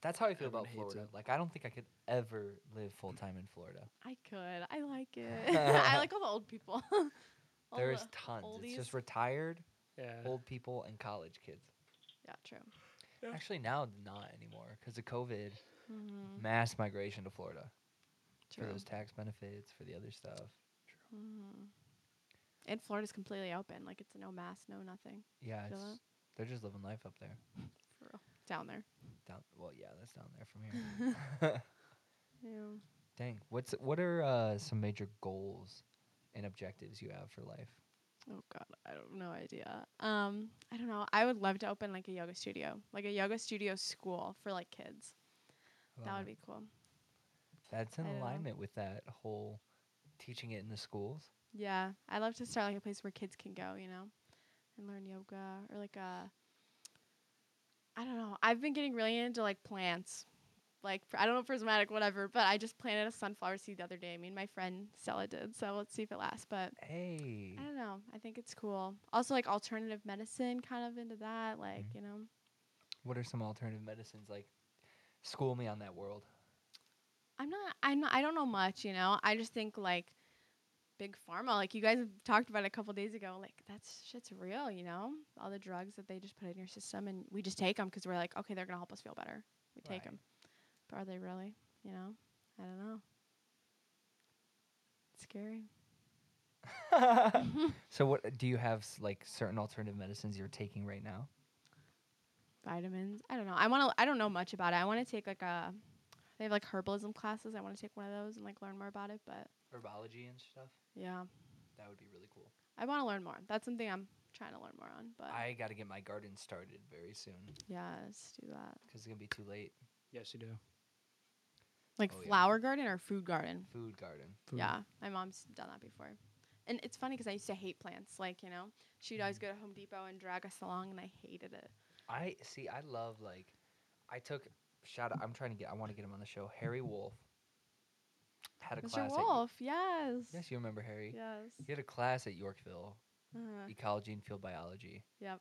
[SPEAKER 3] That's how I feel
[SPEAKER 2] Everyone
[SPEAKER 3] about
[SPEAKER 2] hates
[SPEAKER 3] Florida.
[SPEAKER 2] it.
[SPEAKER 3] Like I don't think I could ever live full time in Florida.
[SPEAKER 4] I could. I
[SPEAKER 3] [LAUGHS]
[SPEAKER 4] like it. I like all the old people. [LAUGHS] All
[SPEAKER 3] There's
[SPEAKER 4] the-
[SPEAKER 3] tons. It's
[SPEAKER 4] oldies.
[SPEAKER 3] just retired,
[SPEAKER 2] yeah.
[SPEAKER 3] old people, and college kids.
[SPEAKER 4] yeah, true.
[SPEAKER 2] Yeah.
[SPEAKER 3] Actually, now not anymore because of COVID,
[SPEAKER 4] hmm
[SPEAKER 3] mass migration to Florida for
[SPEAKER 4] True.
[SPEAKER 3] those tax benefits, for the other stuff.
[SPEAKER 4] Mhm. And Florida's completely open. Like it's no mask, no nothing
[SPEAKER 3] Yeah,
[SPEAKER 4] Feel
[SPEAKER 3] it's,
[SPEAKER 4] that?
[SPEAKER 3] they're just living life up there.
[SPEAKER 4] for real down there.
[SPEAKER 3] Down, well, yeah, that's down there from
[SPEAKER 4] [LAUGHS]
[SPEAKER 3] here. [LAUGHS]
[SPEAKER 4] Yeah.
[SPEAKER 3] Dang, what's what are uh, some major goals and objectives you have for life?
[SPEAKER 4] Oh god, I have no idea. Um, I don't know. I would love to open like a yoga studio, like a yoga studio school for like kids. That
[SPEAKER 3] Well,
[SPEAKER 4] would be cool.
[SPEAKER 3] that's in
[SPEAKER 4] I don't know.
[SPEAKER 3] alignment with that whole teaching it in the schools.
[SPEAKER 4] Yeah, I love to start like a place where kids can go, you know, and learn yoga or like a. I don't know. I've been getting really into like plants, like pr- I don't know prismatic whatever, but I just planted a sunflower seed the other day. Me and my friend Stella did, so let's see if it lasts. But
[SPEAKER 3] Hey,
[SPEAKER 4] I don't know. I think it's cool. Also like alternative medicine, kind of into that, like
[SPEAKER 3] Mhm.
[SPEAKER 4] you know.
[SPEAKER 3] what are some alternative medicines like? School me on that
[SPEAKER 4] [LAUGHS]
[SPEAKER 3] world. [LAUGHS]
[SPEAKER 4] I'm not. I'm not. I don't know much. You know. I just think like big pharma. Like you guys have talked about it a couple days ago. Like that's shit's real. You know, all the drugs that they just put in your system, and we just take them because we're like, okay, they're gonna help us feel better. We take
[SPEAKER 3] Right.
[SPEAKER 4] them, but are they really? You know, I don't know. It's scary.
[SPEAKER 3] [LAUGHS] so, what do you have s- like certain alternative medicines you're taking right now?
[SPEAKER 4] Vitamins. I don't know. I want to. I don't know much about it. I want to take like a. They have like herbalism classes. I want to take one of those and like learn more about it. But
[SPEAKER 3] Herbology and stuff.
[SPEAKER 4] yeah,
[SPEAKER 3] That would be really cool.
[SPEAKER 4] I want to learn more. That's something I'm trying to learn more on. But
[SPEAKER 3] I got to get my garden started very soon
[SPEAKER 4] yes, do that.
[SPEAKER 3] because it's gonna be too late.
[SPEAKER 2] Yes, you do.
[SPEAKER 4] like
[SPEAKER 3] Oh, yeah.
[SPEAKER 4] flower garden or food garden.
[SPEAKER 3] Food garden.
[SPEAKER 2] Food.
[SPEAKER 4] Yeah, my mom's done that before. And it's funny because I used to hate plants. Like you know, she'd
[SPEAKER 3] Mm-hmm.
[SPEAKER 4] always go to Home Depot and drag us along, and I hated it.
[SPEAKER 3] I see. I love like,
[SPEAKER 4] [LAUGHS]
[SPEAKER 3] I took shout out. I'm trying to get. I want to get him on the show. Harry Wolf. had a
[SPEAKER 4] Mr.
[SPEAKER 3] class. At, Yo-
[SPEAKER 4] Wolf, yes.
[SPEAKER 3] yes, you remember Harry.
[SPEAKER 4] Yes.
[SPEAKER 3] He had a class at Yorkville,
[SPEAKER 4] Uh-huh.
[SPEAKER 3] ecology and field biology.
[SPEAKER 4] Yep.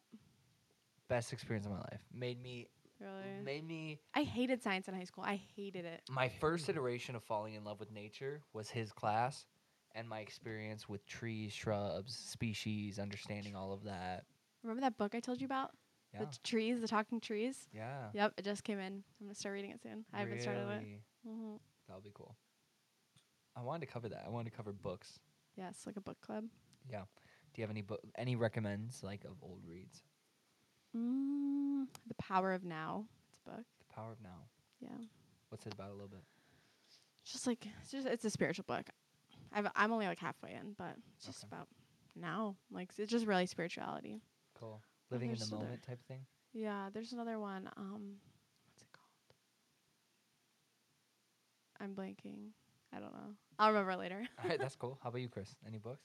[SPEAKER 3] Best experience of my life. Made me
[SPEAKER 4] Really.
[SPEAKER 3] made me
[SPEAKER 4] I hated science in high school. I hated it.
[SPEAKER 3] my first iteration of falling in love with nature was his class and my experience with trees, shrubs, species, understanding all of that.
[SPEAKER 4] Remember that book I told you about?
[SPEAKER 3] Yeah.
[SPEAKER 4] The t- trees, the talking trees.
[SPEAKER 3] Yeah.
[SPEAKER 4] Yep, it just came in. I'm gonna start reading it soon. I haven't started it.
[SPEAKER 3] Really,
[SPEAKER 4] hmm
[SPEAKER 3] That'll be cool. I wanted to cover that. I wanted to cover books.
[SPEAKER 4] Yes, like a book club.
[SPEAKER 3] Do you have any book any recommends like of old reads?
[SPEAKER 4] Mm, the Power of Now. It's a book.
[SPEAKER 3] The Power of Now.
[SPEAKER 4] Yeah,
[SPEAKER 3] What's it about a little bit?
[SPEAKER 4] it's just like it's just it's a spiritual book. I've, I'm only like halfway in, but it's just
[SPEAKER 3] Okay.
[SPEAKER 4] about now. Like it's just really spirituality.
[SPEAKER 3] Cool. Living in
[SPEAKER 4] there's
[SPEAKER 3] the
[SPEAKER 4] still there.
[SPEAKER 3] moment type thing.
[SPEAKER 4] Yeah, there's another one. Um, what's it called? I'm blanking. I don't know. I'll remember later. [LAUGHS]
[SPEAKER 3] All right, that's cool. How about you, Chris? Any books?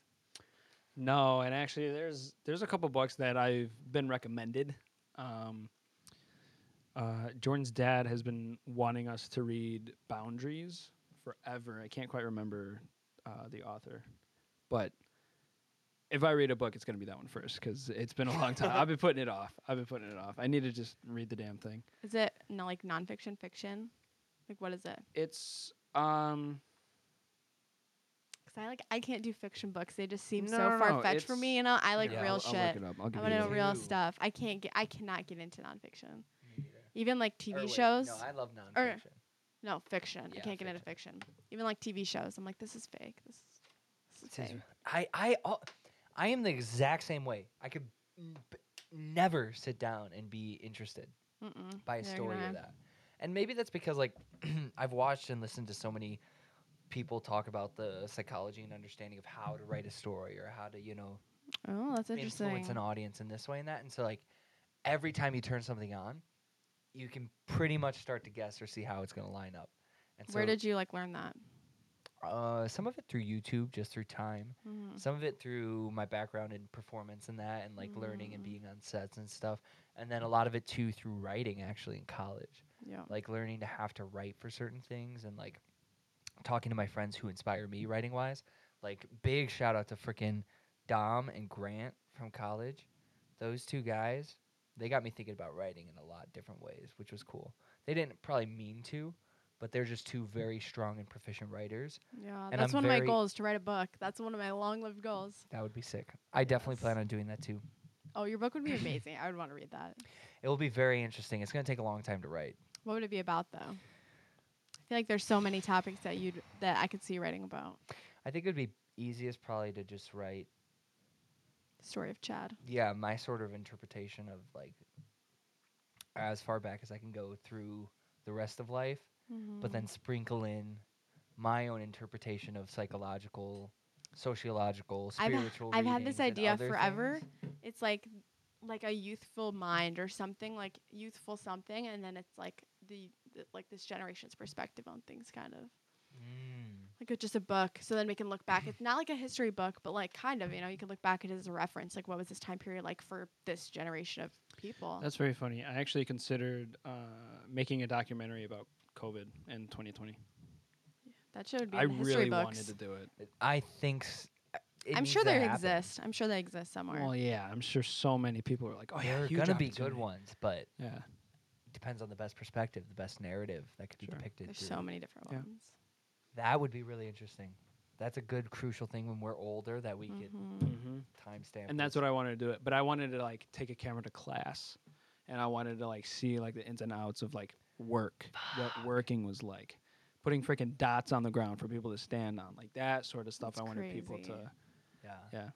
[SPEAKER 2] No, and actually, there's there's a couple books that I've been recommended. Um, uh, Jordan's dad has been wanting us to read Boundaries forever. I can't quite remember uh, the author, but if I read a book, it's gonna be that one first because it's been a long time. I've been putting it off. I've been putting it off. I need to just read the damn thing.
[SPEAKER 4] Is it no like nonfiction, fiction? Like what is it?
[SPEAKER 2] It's um,
[SPEAKER 4] Cause I like I can't do fiction books. They just seem so
[SPEAKER 2] No, no, no,
[SPEAKER 4] far fetched for
[SPEAKER 2] it's-
[SPEAKER 4] me. You know, I like
[SPEAKER 3] Yeah,
[SPEAKER 2] I'll,
[SPEAKER 4] real
[SPEAKER 2] I'll look
[SPEAKER 4] shit.
[SPEAKER 2] it up. I'll
[SPEAKER 4] I
[SPEAKER 2] give
[SPEAKER 4] want
[SPEAKER 2] you the
[SPEAKER 4] to know
[SPEAKER 3] Me
[SPEAKER 4] real
[SPEAKER 3] too.
[SPEAKER 4] stuff. I can't get. I cannot get into nonfiction. Even like TV shows.
[SPEAKER 3] No,
[SPEAKER 4] No,
[SPEAKER 3] I love nonfiction.
[SPEAKER 4] fiction. I
[SPEAKER 3] Yeah,
[SPEAKER 4] can't get into fiction. Even like TV shows. I'm like, this is fake. This is, this is
[SPEAKER 3] Tis-
[SPEAKER 4] fake.
[SPEAKER 3] I I al- I am the exact same way. I could n- b- never sit down and be interested
[SPEAKER 4] Mm-mm.
[SPEAKER 3] by a
[SPEAKER 4] Neither can
[SPEAKER 3] story
[SPEAKER 4] I.
[SPEAKER 3] of that. And maybe that's because like [CLEARS THROAT] I've watched and listened to so many people talk about the psychology and understanding of how to write a story or how to, you know,
[SPEAKER 4] Oh, that's interesting.
[SPEAKER 3] influence an audience in this way and that. And so like every time you turn something on, you can pretty much start to guess or see how it's going to line up. And so
[SPEAKER 4] Where did you like learn that?
[SPEAKER 3] uh, some of it through YouTube, just through time.
[SPEAKER 4] Mm-hmm.
[SPEAKER 3] Some of it through my background in performance and that, and like learning and
[SPEAKER 4] Mm.
[SPEAKER 3] being on sets and stuff. And then a lot of it too through writing actually in college,
[SPEAKER 4] Yeah.
[SPEAKER 3] like learning to have to write for certain things and like talking to my friends who inspire me writing wise. Like big shout out to frickin' Dom and Grant from college. Those two guys, they got me thinking about writing in a lot different ways, which was cool. They didn't probably mean to, but they're just two very strong and proficient writers.
[SPEAKER 4] Yeah.
[SPEAKER 3] and
[SPEAKER 4] That's
[SPEAKER 3] I'm
[SPEAKER 4] one of my
[SPEAKER 3] very-
[SPEAKER 4] goals to write a book. That's one of my long lived goals.
[SPEAKER 3] That would be sick. I definitely
[SPEAKER 4] Yes.
[SPEAKER 3] plan on doing that too.
[SPEAKER 4] Oh, your book
[SPEAKER 3] [LAUGHS]
[SPEAKER 4] would be amazing. I would want to read that.
[SPEAKER 3] It will be very interesting. It's going to take a long time to write.
[SPEAKER 4] What would it be about though? I feel like there's so many topics that you'd that I could see you writing about.
[SPEAKER 3] I think it would be easiest probably to just write,
[SPEAKER 4] Story of Chad.
[SPEAKER 3] yeah, my sort of interpretation of like as far back as I can go through the rest of life,
[SPEAKER 4] Mm-hmm.
[SPEAKER 3] but then sprinkle in my own interpretation of psychological, sociological,
[SPEAKER 4] I've-
[SPEAKER 3] spiritual.
[SPEAKER 4] I've had this
[SPEAKER 3] readings and
[SPEAKER 4] idea
[SPEAKER 3] other
[SPEAKER 4] forever.
[SPEAKER 3] things.
[SPEAKER 4] It's like like a youthful mind or something like youthful something, and then it's like the, the like this generation's perspective on things, kind of
[SPEAKER 3] Mm.
[SPEAKER 4] like a, just a book. So then we can look back. It's not like a history book, but like kind of you know you can look back at it as a reference. Like what was this time period like for this generation of people?
[SPEAKER 2] That's very funny. I actually considered uh, making a documentary about COVID in 2020.
[SPEAKER 4] that should be
[SPEAKER 2] I
[SPEAKER 4] in the history
[SPEAKER 2] really
[SPEAKER 4] books.
[SPEAKER 2] wanted to do it.
[SPEAKER 3] I think. s- it
[SPEAKER 4] I'm
[SPEAKER 3] needs
[SPEAKER 4] sure
[SPEAKER 3] to
[SPEAKER 4] they
[SPEAKER 3] happen.
[SPEAKER 4] exist. I'm sure they exist somewhere.
[SPEAKER 2] Well, yeah, I'm sure so many people are like, "Oh yeah,
[SPEAKER 3] there are
[SPEAKER 2] huge
[SPEAKER 3] going to be good
[SPEAKER 2] opportunity."
[SPEAKER 3] ones, but
[SPEAKER 2] Yeah,
[SPEAKER 3] depends on the best perspective, the best narrative that could be
[SPEAKER 2] Sure.
[SPEAKER 3] depicted.
[SPEAKER 4] There's
[SPEAKER 3] through-
[SPEAKER 4] so many different
[SPEAKER 2] Yeah.
[SPEAKER 4] ones.
[SPEAKER 3] That would be really interesting. That's a good crucial thing when we're older that we could
[SPEAKER 4] Mhm.
[SPEAKER 3] timestamp.
[SPEAKER 2] Mm-hmm. and that's what I wanted to do it. But I wanted to like take a camera to class, and I wanted to like see like the ins and outs of like work, what working was like, putting freaking dots on the ground for people to stand on, like that sort of stuff.
[SPEAKER 4] That's
[SPEAKER 2] I wanted people
[SPEAKER 4] crazy.
[SPEAKER 2] to.
[SPEAKER 3] Yeah.
[SPEAKER 2] Yeah.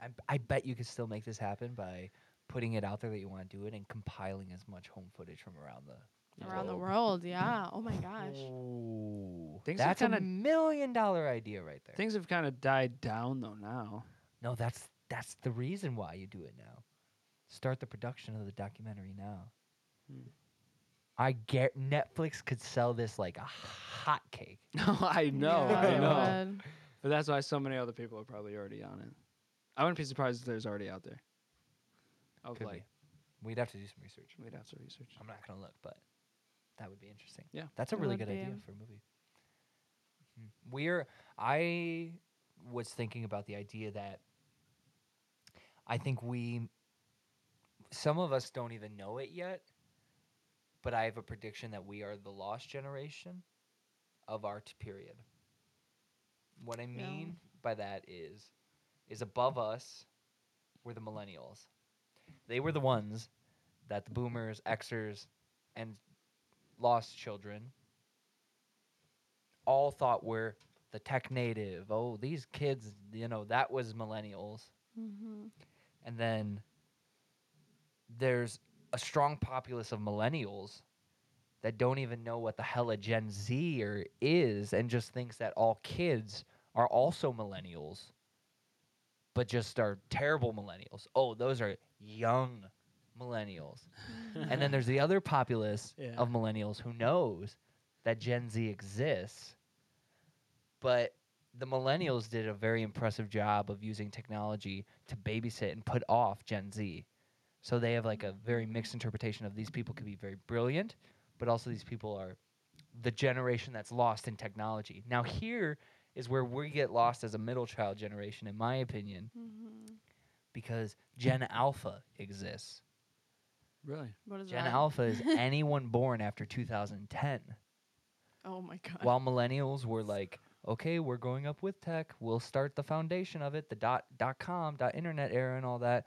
[SPEAKER 3] I, b- I bet you could still make this happen by putting it out there that you want to do it and compiling as much home footage from around the.
[SPEAKER 4] around the
[SPEAKER 3] globe.
[SPEAKER 4] world. Yeah. Oh my gosh.
[SPEAKER 3] Ooh,
[SPEAKER 2] Things have
[SPEAKER 3] that's a
[SPEAKER 2] kinda-
[SPEAKER 3] million dollar idea right there.
[SPEAKER 2] Things have kind of died down though now. [LAUGHS]
[SPEAKER 3] no, that's that's the reason why you do it now. Start the production of the documentary now.
[SPEAKER 2] Hmm.
[SPEAKER 3] I get Netflix could sell this like a hot cake.
[SPEAKER 2] No, I know,
[SPEAKER 4] Yeah,
[SPEAKER 2] I
[SPEAKER 4] it
[SPEAKER 2] know.
[SPEAKER 4] would.
[SPEAKER 2] But that's why so many other people are probably already on it. I wouldn't be surprised if there's already out there. Of
[SPEAKER 3] Could be. Um,
[SPEAKER 2] like,
[SPEAKER 3] We'd have to do some research.
[SPEAKER 2] we'd have to research.
[SPEAKER 3] I'm not gonna look, but that would be interesting.
[SPEAKER 2] Yeah.
[SPEAKER 3] that's a
[SPEAKER 4] It
[SPEAKER 3] really
[SPEAKER 4] would
[SPEAKER 3] good
[SPEAKER 4] be.
[SPEAKER 3] idea for a movie. We're I was thinking about the idea that I think we some of us don't even know it yet, but I have a prediction that we are the lost generation of our t- period. What I
[SPEAKER 4] Yeah.
[SPEAKER 3] mean by that is is above us were the millennials. They were the ones that the boomers, Xers, and lost children all thought were the tech native. Oh, these kids, you know, that was millennials.
[SPEAKER 4] Mm-hmm.
[SPEAKER 3] And then there's a strong populace of millennials that don't even know what the hell a Gen Z or is and just thinks that all kids are also millennials, but just are terrible millennials. Oh, those are young millennials. and then there's the other populace
[SPEAKER 2] Yeah.
[SPEAKER 3] of millennials who knows that Gen Z exists, but the millennials did a very impressive job of using technology to babysit and put off Gen Z. So they have like a very mixed interpretation of these people could be very brilliant, but also these people are the generation that's lost in technology. Now here is where we get lost as a middle child generation in my opinion
[SPEAKER 4] Mm-hmm.
[SPEAKER 3] because Gen Alpha exists.
[SPEAKER 2] really?
[SPEAKER 4] What is
[SPEAKER 3] Gen
[SPEAKER 4] that?
[SPEAKER 3] Alpha is anyone born after 2010.
[SPEAKER 4] oh my [LAUGHS] god.
[SPEAKER 3] While millennials were like, okay, we're growing up with tech, we'll start the foundation of it, the dot dot com, dot internet era and all that.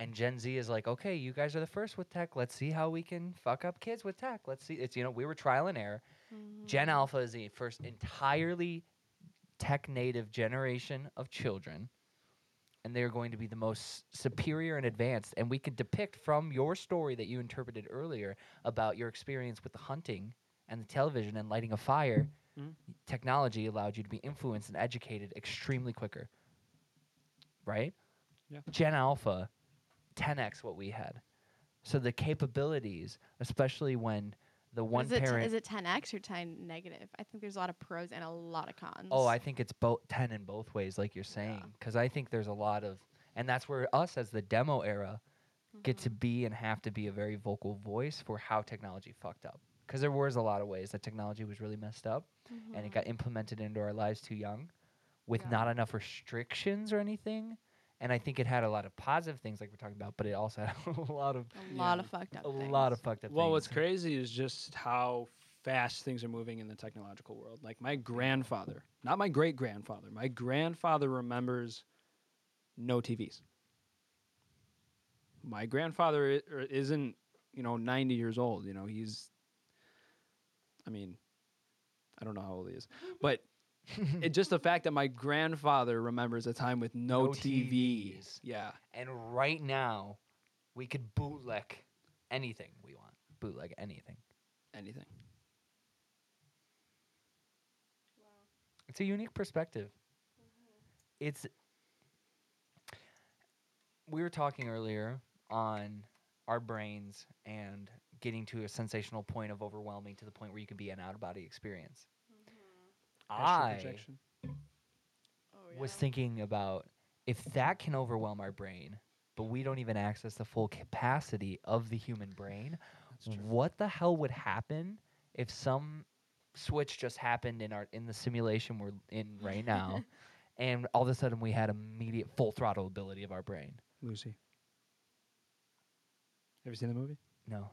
[SPEAKER 3] And Gen Z is like, okay, you guys are the first with tech. Let's see how we can fuck up kids with tech. Let's see. It's you know, we were trial and error.
[SPEAKER 4] Mm-hmm.
[SPEAKER 3] Gen Alpha is the first entirely tech native generation of children, and they are going to be the most superior and advanced. And we can depict from your story that you interpreted earlier about your experience with the hunting and the television and lighting a fire.
[SPEAKER 2] Mhm.
[SPEAKER 3] Technology allowed you to be influenced and educated extremely quicker, right?
[SPEAKER 2] Yeah.
[SPEAKER 3] Gen Alpha, 10x what we had. So the capabilities, especially when the one
[SPEAKER 4] is it,
[SPEAKER 3] parent
[SPEAKER 4] is it 10x or 10 negative? I think there's a lot of pros and a lot of cons.
[SPEAKER 3] Oh, I think it's both ten in both ways, like you're saying, because I think there's a lot of, and that's where us as the demo era get
[SPEAKER 4] Mm-hmm.
[SPEAKER 3] to be and have to be a very vocal voice for how technology fucked up. Because there was a lot of ways that technology was really messed up,
[SPEAKER 4] Mm-hmm.
[SPEAKER 3] and it got implemented into our lives too young, with
[SPEAKER 4] Yeah.
[SPEAKER 3] not enough restrictions or anything. And I think it had a lot of positive things, like we're talking about, but it also had [LAUGHS] a lot of
[SPEAKER 4] a lot of fucked up.
[SPEAKER 3] a
[SPEAKER 4] things.
[SPEAKER 3] lot of fucked up.
[SPEAKER 2] Well,
[SPEAKER 3] things.
[SPEAKER 2] what's crazy is just how fast things are moving in the technological world. Like my grandfather, not my great grandfather, my grandfather remembers no TVs. My grandfather i- er, isn't, you know, 90 years old. You know, he's, I mean, I don't know how old he is, but
[SPEAKER 3] [LAUGHS]
[SPEAKER 2] it's just the fact that my grandfather remembers a time with no,
[SPEAKER 3] No
[SPEAKER 2] TVs.
[SPEAKER 3] TVs.
[SPEAKER 2] Yeah.
[SPEAKER 3] And right now, we could bootleg anything we want. Bootleg anything.
[SPEAKER 2] Anything.
[SPEAKER 3] It's a unique perspective. It's. We were talking earlier on our brains and getting to a sensational point of overwhelming to the point where you can be an out of body experience.
[SPEAKER 2] Astral
[SPEAKER 3] I
[SPEAKER 2] projection.
[SPEAKER 4] Oh,
[SPEAKER 3] was
[SPEAKER 4] yeah.
[SPEAKER 3] thinking about if that can overwhelm our brain, but we don't even access the full capacity of the human brain,
[SPEAKER 2] That's true.
[SPEAKER 3] what the hell would happen if some switch just happened in our in the simulation we're in right
[SPEAKER 2] [LAUGHS]
[SPEAKER 3] now and all of a sudden we had immediate full throttle ability of our brain
[SPEAKER 2] Mm-hmm. Lucy. Have you seen the movie?
[SPEAKER 3] no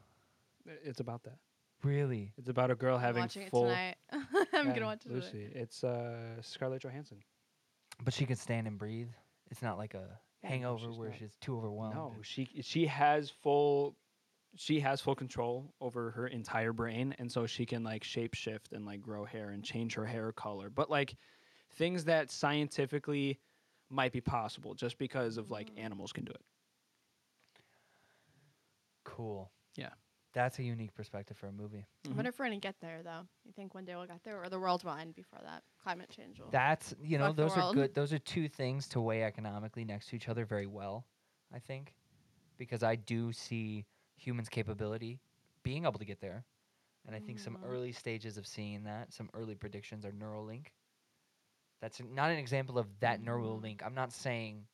[SPEAKER 2] Uh, It's about that.
[SPEAKER 3] really
[SPEAKER 2] It's about a girl
[SPEAKER 4] I'm
[SPEAKER 2] having
[SPEAKER 4] watching
[SPEAKER 2] full.
[SPEAKER 4] it tonight. [LAUGHS] I'm gonna
[SPEAKER 2] Yeah,
[SPEAKER 4] watch it. tonight.
[SPEAKER 2] Lucy. It's uh, Scarlett Johansson.
[SPEAKER 3] but she can stand and breathe it's not like a
[SPEAKER 2] no,
[SPEAKER 3] hangover
[SPEAKER 2] she's
[SPEAKER 3] where
[SPEAKER 2] not.
[SPEAKER 3] she's too overwhelmed
[SPEAKER 2] no,
[SPEAKER 3] and-
[SPEAKER 2] she she has full, she has full control over her entire brain, and so she can like shape shift and like grow hair and change her hair color, but like things that scientifically might be possible just because of
[SPEAKER 4] Mm.
[SPEAKER 2] like animals can do it.
[SPEAKER 3] cool
[SPEAKER 2] Yeah.
[SPEAKER 3] that's a unique perspective for a movie
[SPEAKER 4] I wonder if we're gonna get there though. You think one day we'll get there, or the world will end before that? Climate change will.
[SPEAKER 3] That's you know
[SPEAKER 4] Fuck the
[SPEAKER 3] those are
[SPEAKER 4] world.
[SPEAKER 3] good. Those are two things to weigh economically next to each other very well, I think, because I do see humans' capability being able to get there, and I think some
[SPEAKER 4] Mhm.
[SPEAKER 3] early stages of seeing that, some early predictions are Neuralink. That's n- not an example of that Neuralink.
[SPEAKER 4] Mm.
[SPEAKER 3] I'm not saying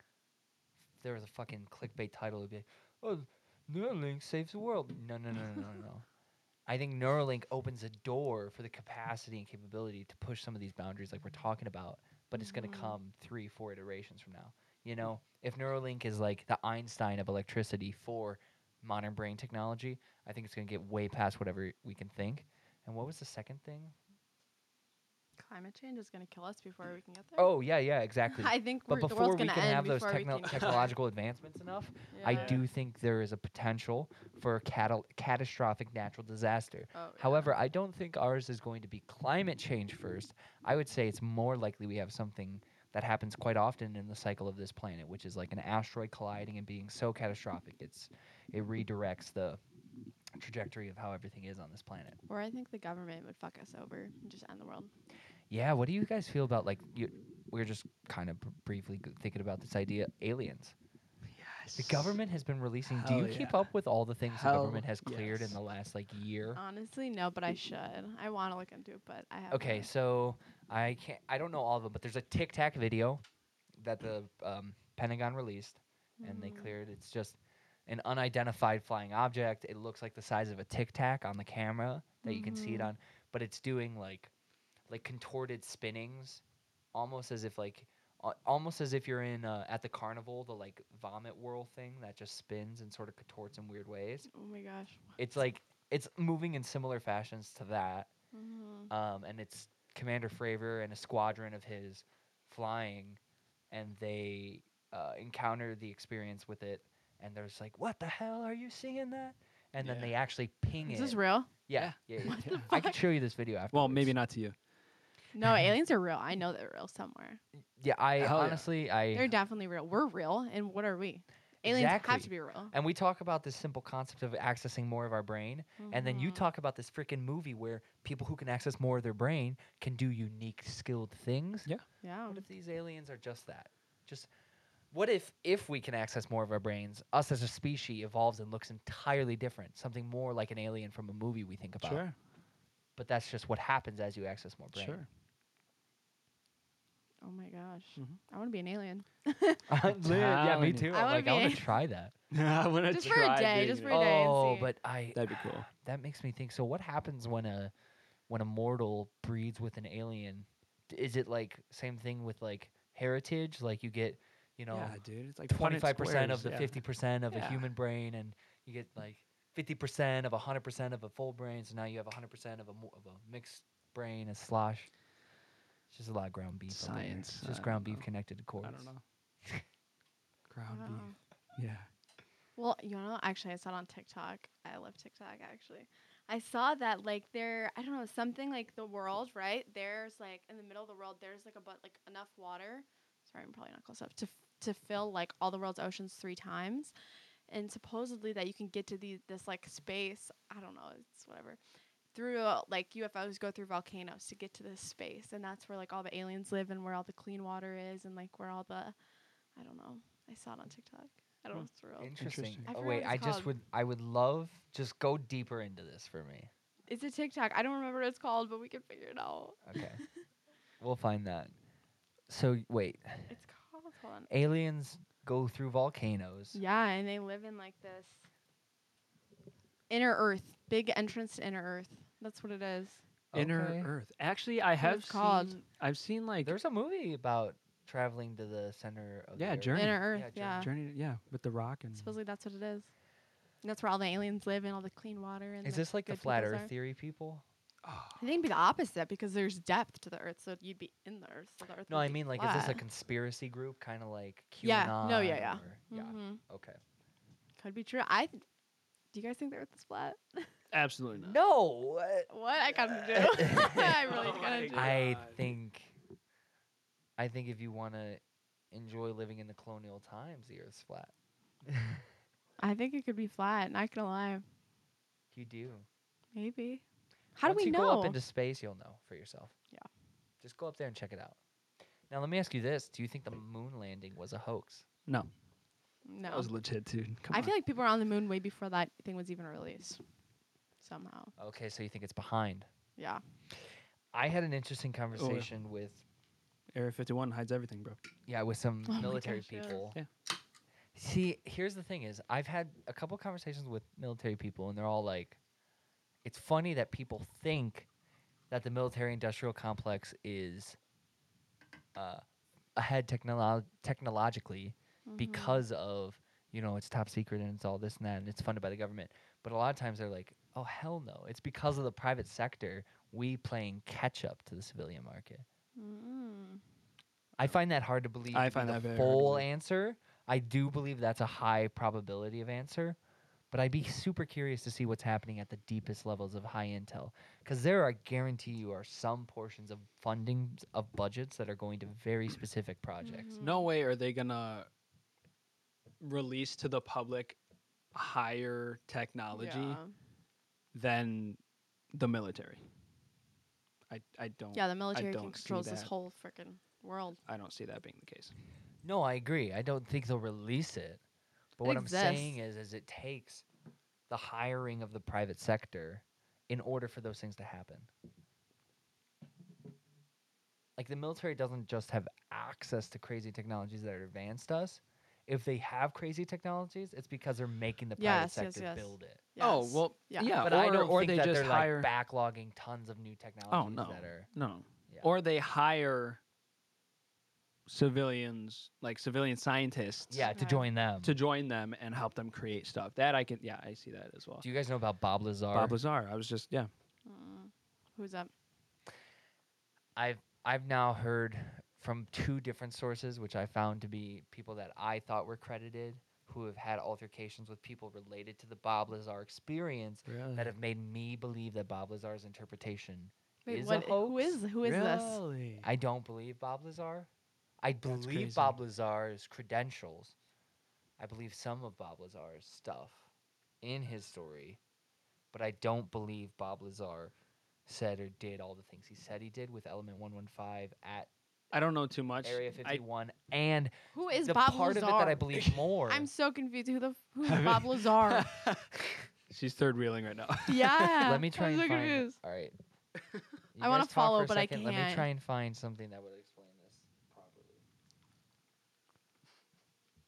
[SPEAKER 3] there was a fucking clickbait title. It'd be, like, oh, Neuralink saves the world. No, no, no, no, no, no. I think Neuralink opens a door for the capacity and capability to push some of these boundaries, like we're talking about. But it's going
[SPEAKER 4] Mhm.
[SPEAKER 3] to come three, four iterations from now. You know, if Neuralink is like the Einstein of electricity for modern brain technology, I think it's going to get way past whatever we can think. And what was the second thing?
[SPEAKER 4] Climate change is going to kill us before we can get there.
[SPEAKER 3] Oh, yeah, yeah, exactly.
[SPEAKER 4] [LAUGHS] I think
[SPEAKER 3] but
[SPEAKER 4] we're, the world's
[SPEAKER 3] before we
[SPEAKER 4] going
[SPEAKER 3] can
[SPEAKER 4] to end
[SPEAKER 3] have those
[SPEAKER 4] before
[SPEAKER 3] techno- [LAUGHS]
[SPEAKER 4] we can get there.
[SPEAKER 3] technological advancements enough, I
[SPEAKER 4] [LAUGHS] Yeah.
[SPEAKER 3] do think there is a potential for a catal- catastrophic natural disaster.
[SPEAKER 4] Oh, yeah.
[SPEAKER 3] However, I don't think ours is going to be climate change first. I would say it's more likely we have something that happens quite often in the cycle of this planet, which is like an asteroid colliding and being so catastrophic, it's it redirects the trajectory of how everything is on this planet.
[SPEAKER 4] or I think the government would fuck us over and just end the world.
[SPEAKER 3] Yeah, what do you guys feel about like you? We are just kind of br- briefly g- thinking about this idea aliens.
[SPEAKER 2] Yes.
[SPEAKER 3] The government has been releasing. do
[SPEAKER 2] Hell
[SPEAKER 3] you keep up with all the things the government
[SPEAKER 2] Hell
[SPEAKER 3] has cleared
[SPEAKER 2] yes.
[SPEAKER 3] in the last like year?
[SPEAKER 4] Honestly, no, but I should. I want to look into it, but I have.
[SPEAKER 3] Okay, so I can't. I don't know all of them, but there's a Tic Tac video that the um, Pentagon released, and they
[SPEAKER 4] Mm.
[SPEAKER 3] cleared. It's just an unidentified flying object. It looks like the size of a Tic Tac on the camera that you can see it
[SPEAKER 4] Mhm.
[SPEAKER 3] on, but it's doing like like contorted spinnings, almost as if like al- almost as if you're in uh, at the carnival, the like vomit whirl thing that just spins and sort of contorts in weird ways.
[SPEAKER 4] Oh my gosh.
[SPEAKER 3] It's like it's moving in similar fashions to that
[SPEAKER 4] Mhm.
[SPEAKER 3] um, and it's Commander Fravor and a squadron of his flying, and they uh, encounter the experience with it, and they're just like, "What the hell are you seeing that?" And
[SPEAKER 2] Yeah.
[SPEAKER 3] then they actually ping
[SPEAKER 4] Is
[SPEAKER 3] it.
[SPEAKER 4] this real? [LAUGHS]
[SPEAKER 3] yeah, yeah. yeah,
[SPEAKER 4] What
[SPEAKER 3] yeah.
[SPEAKER 4] the
[SPEAKER 3] I can
[SPEAKER 4] fuck?
[SPEAKER 3] show you this video after.
[SPEAKER 2] Well, maybe not to you.
[SPEAKER 3] [LAUGHS]
[SPEAKER 4] No, aliens are real. I know they're real somewhere.
[SPEAKER 3] Yeah, I
[SPEAKER 2] Hell yeah.
[SPEAKER 3] honestly, I
[SPEAKER 4] They're definitely real. We're real, and what are we? Aliens have
[SPEAKER 3] Exactly.
[SPEAKER 4] to be real.
[SPEAKER 3] and we talk about this simple concept of accessing more of our brain, and then you
[SPEAKER 4] Mhm.
[SPEAKER 3] talk about this freaking movie where people who can access more of their brain can do unique, skilled things.
[SPEAKER 4] Yeah.
[SPEAKER 3] What if these aliens are just that? Just what if if we can access more of our brains, us as a species evolves and looks entirely different, something more like an alien from a movie we think about.
[SPEAKER 2] Sure.
[SPEAKER 3] But that's just what happens as you access more brain. [LAUGHS]
[SPEAKER 2] Sure.
[SPEAKER 4] Oh my gosh.
[SPEAKER 3] Mm-hmm.
[SPEAKER 2] Mhm.
[SPEAKER 4] I want to be an alien.
[SPEAKER 2] [LAUGHS]
[SPEAKER 3] Li- yeah,
[SPEAKER 2] telling you.
[SPEAKER 3] me too.
[SPEAKER 4] I
[SPEAKER 3] I'm
[SPEAKER 4] wanna
[SPEAKER 3] like I want
[SPEAKER 4] be-
[SPEAKER 3] to try
[SPEAKER 4] [LAUGHS]
[SPEAKER 3] that.
[SPEAKER 2] [LAUGHS] I wanna
[SPEAKER 4] Just for a
[SPEAKER 2] try
[SPEAKER 4] day,
[SPEAKER 2] doing
[SPEAKER 4] just
[SPEAKER 2] it.
[SPEAKER 4] for a day. and
[SPEAKER 3] Oh,
[SPEAKER 4] see.
[SPEAKER 3] but I
[SPEAKER 2] That'd be cool.
[SPEAKER 3] [SIGHS] that makes me think. So what happens when a when a mortal breeds with an alien? D- Is it like same thing with like heritage? Like you get, you know,
[SPEAKER 2] yeah, dude. It's like
[SPEAKER 3] twenty
[SPEAKER 2] Punnett
[SPEAKER 3] five percent
[SPEAKER 2] squares,
[SPEAKER 3] of the
[SPEAKER 2] yeah.
[SPEAKER 3] fifty percent of a
[SPEAKER 2] Yeah.
[SPEAKER 3] human brain, and you get like fifty percent of hundred percent of a full brain. So now you have hundred percent of a mo- of a mixed brain, a slosh. It's just a lot of ground beef. over there.
[SPEAKER 2] Science,
[SPEAKER 3] It's just
[SPEAKER 2] I
[SPEAKER 3] ground
[SPEAKER 2] don't
[SPEAKER 3] beef
[SPEAKER 2] know.
[SPEAKER 3] connected to cords.
[SPEAKER 2] I don't know. Ground
[SPEAKER 4] Wow.
[SPEAKER 2] beef. Yeah.
[SPEAKER 4] Well, you know, actually, I saw it on TikTok. I love TikTok, actually. I saw that, like, there, I don't know, something like the world, right? There's, like, in the middle of the world, there's, like, a but like, enough water. Sorry, I'm probably not close enough. To, to fill, like, all the world's oceans three times. And supposedly that you can get to the, this, like, space. I don't know. It's whatever. Through, uh, like, UFOs go through volcanoes to get to this space. And that's where, like, all the aliens live and where all the clean water is and, like, where all the, I don't know. I saw it on TikTok. I don't know
[SPEAKER 2] Hmm.
[SPEAKER 4] if it's real.
[SPEAKER 3] Interesting.
[SPEAKER 2] Interesting.
[SPEAKER 4] I
[SPEAKER 3] Oh,
[SPEAKER 4] forgot
[SPEAKER 3] wait,
[SPEAKER 4] what
[SPEAKER 3] I
[SPEAKER 4] it's
[SPEAKER 3] just
[SPEAKER 4] called.
[SPEAKER 3] would I would love just go deeper into this for me.
[SPEAKER 4] It's a TikTok. I don't remember what it's called, but we can figure it out.
[SPEAKER 3] Okay,
[SPEAKER 2] [LAUGHS]
[SPEAKER 3] we'll find that. So wait,
[SPEAKER 4] It's called. Hold on.
[SPEAKER 3] aliens go through volcanoes.
[SPEAKER 4] Yeah, and they live in like this inner Earth, big entrance to inner Earth. That's what it is.
[SPEAKER 2] Inner
[SPEAKER 3] Okay.
[SPEAKER 2] Earth. Actually, I
[SPEAKER 4] what
[SPEAKER 2] have
[SPEAKER 4] it's called.
[SPEAKER 2] seen. I've seen like
[SPEAKER 3] There's a movie about traveling to the center of the
[SPEAKER 2] Yeah,
[SPEAKER 3] Earth.
[SPEAKER 2] Journey.
[SPEAKER 4] Inner Earth.
[SPEAKER 3] Yeah,
[SPEAKER 4] Yeah.
[SPEAKER 2] Journey. to- Yeah, with the Rock and.
[SPEAKER 4] Supposedly that's what it is. And that's where all the aliens live and all the clean water. And
[SPEAKER 3] Is
[SPEAKER 4] the
[SPEAKER 3] this like the
[SPEAKER 4] good
[SPEAKER 3] flat
[SPEAKER 4] peoples
[SPEAKER 3] Earth
[SPEAKER 4] are.
[SPEAKER 3] theory people?
[SPEAKER 2] Oh,
[SPEAKER 4] I think it'd be the opposite because there's depth to the Earth, so you'd be in the Earth. So the Earth.
[SPEAKER 3] No, I mean like is this a
[SPEAKER 4] a?
[SPEAKER 3] conspiracy group kind of like QAnon?
[SPEAKER 4] Yeah, no, yeah, yeah.
[SPEAKER 3] or- yeah.
[SPEAKER 4] Mhm.
[SPEAKER 3] Okay.
[SPEAKER 4] Could be true. I. th- do you guys think the Earth is flat?
[SPEAKER 2] absolutely not.
[SPEAKER 3] No,
[SPEAKER 4] What
[SPEAKER 3] [LAUGHS]
[SPEAKER 4] I gotta do? [LAUGHS] I really
[SPEAKER 2] Oh my
[SPEAKER 4] gotta do.
[SPEAKER 2] God.
[SPEAKER 3] I
[SPEAKER 2] God.
[SPEAKER 3] think I think if you want to enjoy living in the colonial times, the Earth's flat.
[SPEAKER 4] I think it could be flat. Not gonna lie.
[SPEAKER 3] You do.
[SPEAKER 4] Maybe. How
[SPEAKER 3] Once
[SPEAKER 4] do we
[SPEAKER 3] you
[SPEAKER 4] know?
[SPEAKER 3] go up into space, you'll know for yourself.
[SPEAKER 4] Yeah.
[SPEAKER 3] Just go up there and check it out. Now, let me ask you this: Do you think the moon landing was a hoax?
[SPEAKER 2] No,
[SPEAKER 4] no.
[SPEAKER 2] that was legit, dude. Come
[SPEAKER 4] I
[SPEAKER 2] on.
[SPEAKER 4] feel like people were on the moon way before that thing was even released. Somehow.
[SPEAKER 3] Okay, so you think it's behind?
[SPEAKER 4] Yeah.
[SPEAKER 3] I had an interesting conversation with
[SPEAKER 2] Area 51 hides everything, bro.
[SPEAKER 3] yeah with some
[SPEAKER 4] Oh my
[SPEAKER 3] military
[SPEAKER 4] gosh, yes.
[SPEAKER 3] people.
[SPEAKER 2] Yeah.
[SPEAKER 3] See, here's the thing: is I've had a couple conversations with military people, and they're all like, it's funny that people think that the military industrial complex is uh, ahead technolo- technologically
[SPEAKER 4] Mm-hmm.
[SPEAKER 3] because of you know it's top secret and it's all this and that and it's funded by the government but a lot of times they're like oh hell no it's because of the private sector we playing catch up to the civilian market
[SPEAKER 4] Mm-hmm.
[SPEAKER 3] i find that hard to believe
[SPEAKER 2] I
[SPEAKER 3] to be
[SPEAKER 2] find
[SPEAKER 3] the
[SPEAKER 2] that very hard to
[SPEAKER 3] full
[SPEAKER 2] believe.
[SPEAKER 3] answer i do believe that's a high probability of answer but i'd be super curious to see what's happening at the deepest levels of high intel because there are guarantee you are some portions of funding of budgets that are going to very specific projects
[SPEAKER 4] Mhm.
[SPEAKER 2] No way are they gonna release to the public higher technology
[SPEAKER 4] Yeah.
[SPEAKER 2] than the military. I I don't
[SPEAKER 4] yeah, the military
[SPEAKER 2] don't
[SPEAKER 4] can
[SPEAKER 2] see
[SPEAKER 4] controls this
[SPEAKER 2] that.
[SPEAKER 4] whole freaking world.
[SPEAKER 2] I don't see that being the case.
[SPEAKER 3] No, I agree. I don't think they'll release it. But what
[SPEAKER 4] Exists.
[SPEAKER 3] I'm saying is, is it takes the hiring of the private sector in order for those things to happen. Like the military doesn't just have access to crazy technologies that are advanced us. If they have crazy technologies, it's because they're making the private
[SPEAKER 4] Yes, yes,
[SPEAKER 3] sector
[SPEAKER 4] yes.
[SPEAKER 3] build it.
[SPEAKER 2] Oh
[SPEAKER 4] Yes.
[SPEAKER 2] well,
[SPEAKER 4] Yeah.
[SPEAKER 2] yeah.
[SPEAKER 3] but
[SPEAKER 2] or,
[SPEAKER 3] I don't
[SPEAKER 2] or
[SPEAKER 3] think
[SPEAKER 2] they
[SPEAKER 3] that
[SPEAKER 2] just
[SPEAKER 3] they're
[SPEAKER 2] hire. Oh,
[SPEAKER 3] like backlogging tons of new technologies
[SPEAKER 2] no.
[SPEAKER 3] that are.
[SPEAKER 2] no,
[SPEAKER 3] Yeah.
[SPEAKER 2] or they hire civilians, like civilian scientists,
[SPEAKER 3] yeah, to
[SPEAKER 4] Right.
[SPEAKER 3] join them.
[SPEAKER 2] to join them and help them create stuff. That I can, yeah, I see that as well.
[SPEAKER 3] Do you guys know about Bob Lazar?
[SPEAKER 2] Bob Lazar, I was just, yeah,
[SPEAKER 4] Mm. Who's up?
[SPEAKER 3] I've I've now heard from two different sources, which I found to be people that I thought were credited, who have had altercations with people related to the Bob Lazar experience
[SPEAKER 2] really,
[SPEAKER 3] that have made me believe that Bob Lazar's interpretation
[SPEAKER 4] Wait,
[SPEAKER 3] is
[SPEAKER 4] what,
[SPEAKER 3] a
[SPEAKER 4] who
[SPEAKER 3] hoax.
[SPEAKER 4] is who is this?
[SPEAKER 3] I don't believe Bob Lazar. I
[SPEAKER 2] crazy.
[SPEAKER 3] believe Bob Lazar's credentials. I believe some of Bob Lazar's stuff in his story, but I don't believe Bob Lazar said or did all the things he said he did with Element 115 at
[SPEAKER 2] I don't know too much.
[SPEAKER 3] Area
[SPEAKER 2] I,
[SPEAKER 3] 51, and
[SPEAKER 4] Who is
[SPEAKER 3] the
[SPEAKER 4] Bob
[SPEAKER 3] part
[SPEAKER 4] Lazar?
[SPEAKER 3] of it that I believe more.
[SPEAKER 4] [LAUGHS] I'm so confused. Who the
[SPEAKER 3] [LAUGHS]
[SPEAKER 4] who's Bob Lazar?
[SPEAKER 2] she's third wheeling right now. [LAUGHS]
[SPEAKER 4] yeah.
[SPEAKER 3] Let me try
[SPEAKER 4] I'm
[SPEAKER 3] and
[SPEAKER 4] so
[SPEAKER 3] find.
[SPEAKER 4] confused. [LAUGHS]
[SPEAKER 3] All right. You
[SPEAKER 4] I wanna
[SPEAKER 3] guys talk for
[SPEAKER 4] follow,
[SPEAKER 3] a
[SPEAKER 4] but I
[SPEAKER 3] second. Let me
[SPEAKER 4] can't.
[SPEAKER 3] try and find something that would explain this properly.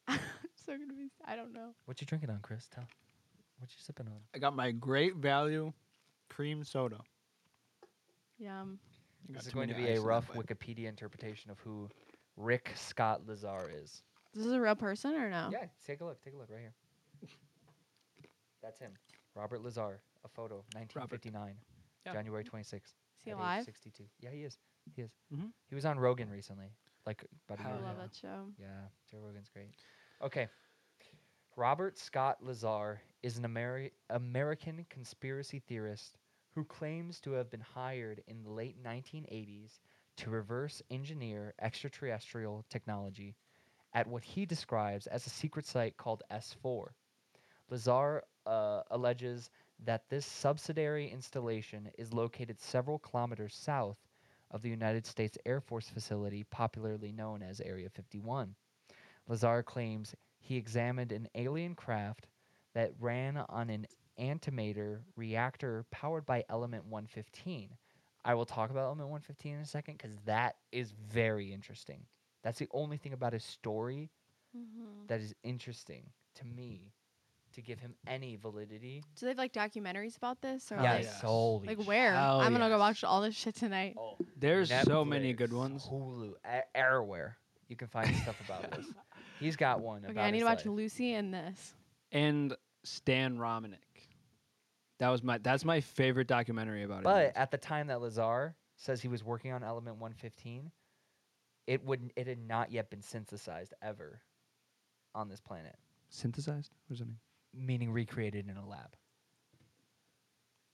[SPEAKER 4] I'm so confused. I don't know.
[SPEAKER 3] What you drinking on, Chris? Tell. What you sipping on?
[SPEAKER 2] I got my great value cream soda.
[SPEAKER 4] Yum.
[SPEAKER 2] I got
[SPEAKER 3] This is
[SPEAKER 2] too
[SPEAKER 3] going to
[SPEAKER 2] many
[SPEAKER 3] be
[SPEAKER 2] ice
[SPEAKER 3] a
[SPEAKER 2] in that
[SPEAKER 3] rough
[SPEAKER 2] bud.
[SPEAKER 3] Wikipedia interpretation of who Rick Scott Lazar is.
[SPEAKER 4] This is a real person or no?
[SPEAKER 3] Yeah, take a look. Take a look right here.
[SPEAKER 2] [LAUGHS]
[SPEAKER 3] That's him. Robert Lazar. A photo, 1959,
[SPEAKER 2] Yeah.
[SPEAKER 3] January 26th.
[SPEAKER 4] Is he
[SPEAKER 3] at age
[SPEAKER 4] alive?
[SPEAKER 3] 62. Yeah, he is. He is.
[SPEAKER 2] Mhm.
[SPEAKER 3] He was on Rogan recently, like about a
[SPEAKER 2] Hell
[SPEAKER 4] I
[SPEAKER 3] year
[SPEAKER 4] love
[SPEAKER 3] ago.
[SPEAKER 4] that show.
[SPEAKER 3] Yeah, Joe Rogan's great. Okay. Robert Scott Lazar is an Ameri- American conspiracy theorist who claims to have been hired in the late 1980s to reverse engineer extraterrestrial technology at what he describes as a secret site called S4. Lazar uh, alleges that this subsidiary installation is located several kilometers south of the United States Air Force facility, popularly known as Area 51. Lazar claims he examined an alien craft that ran on an antimatter reactor powered by Element 115. I will talk about Element 115 in a second because that is very interesting. That's the only thing about his story
[SPEAKER 4] Mm-hmm.
[SPEAKER 3] that is interesting to me to give him any validity.
[SPEAKER 4] Do they have like documentaries about this or
[SPEAKER 2] Yeah,
[SPEAKER 4] like,
[SPEAKER 2] yes.
[SPEAKER 3] holy
[SPEAKER 4] like
[SPEAKER 3] sh-
[SPEAKER 4] where?
[SPEAKER 2] Hell
[SPEAKER 4] I'm gonna go
[SPEAKER 2] yes.
[SPEAKER 4] watch all this shit tonight.
[SPEAKER 3] Oh,
[SPEAKER 2] There's so many good
[SPEAKER 3] Netflix,
[SPEAKER 2] ones.
[SPEAKER 3] Hulu, e- everywhere you can find stuff
[SPEAKER 2] [LAUGHS]
[SPEAKER 3] about this. He's got one.
[SPEAKER 4] okay,
[SPEAKER 3] about
[SPEAKER 4] I need
[SPEAKER 3] his
[SPEAKER 4] to watch
[SPEAKER 3] life.
[SPEAKER 4] Lucy and this.
[SPEAKER 2] And Stan Romanek. That was my that's my favorite documentary about it.
[SPEAKER 3] But at the time that Lazar says he was working on Element 115, it would it had not yet been synthesized ever on this planet,
[SPEAKER 2] synthesized? What does that mean?
[SPEAKER 3] meaning recreated in a lab.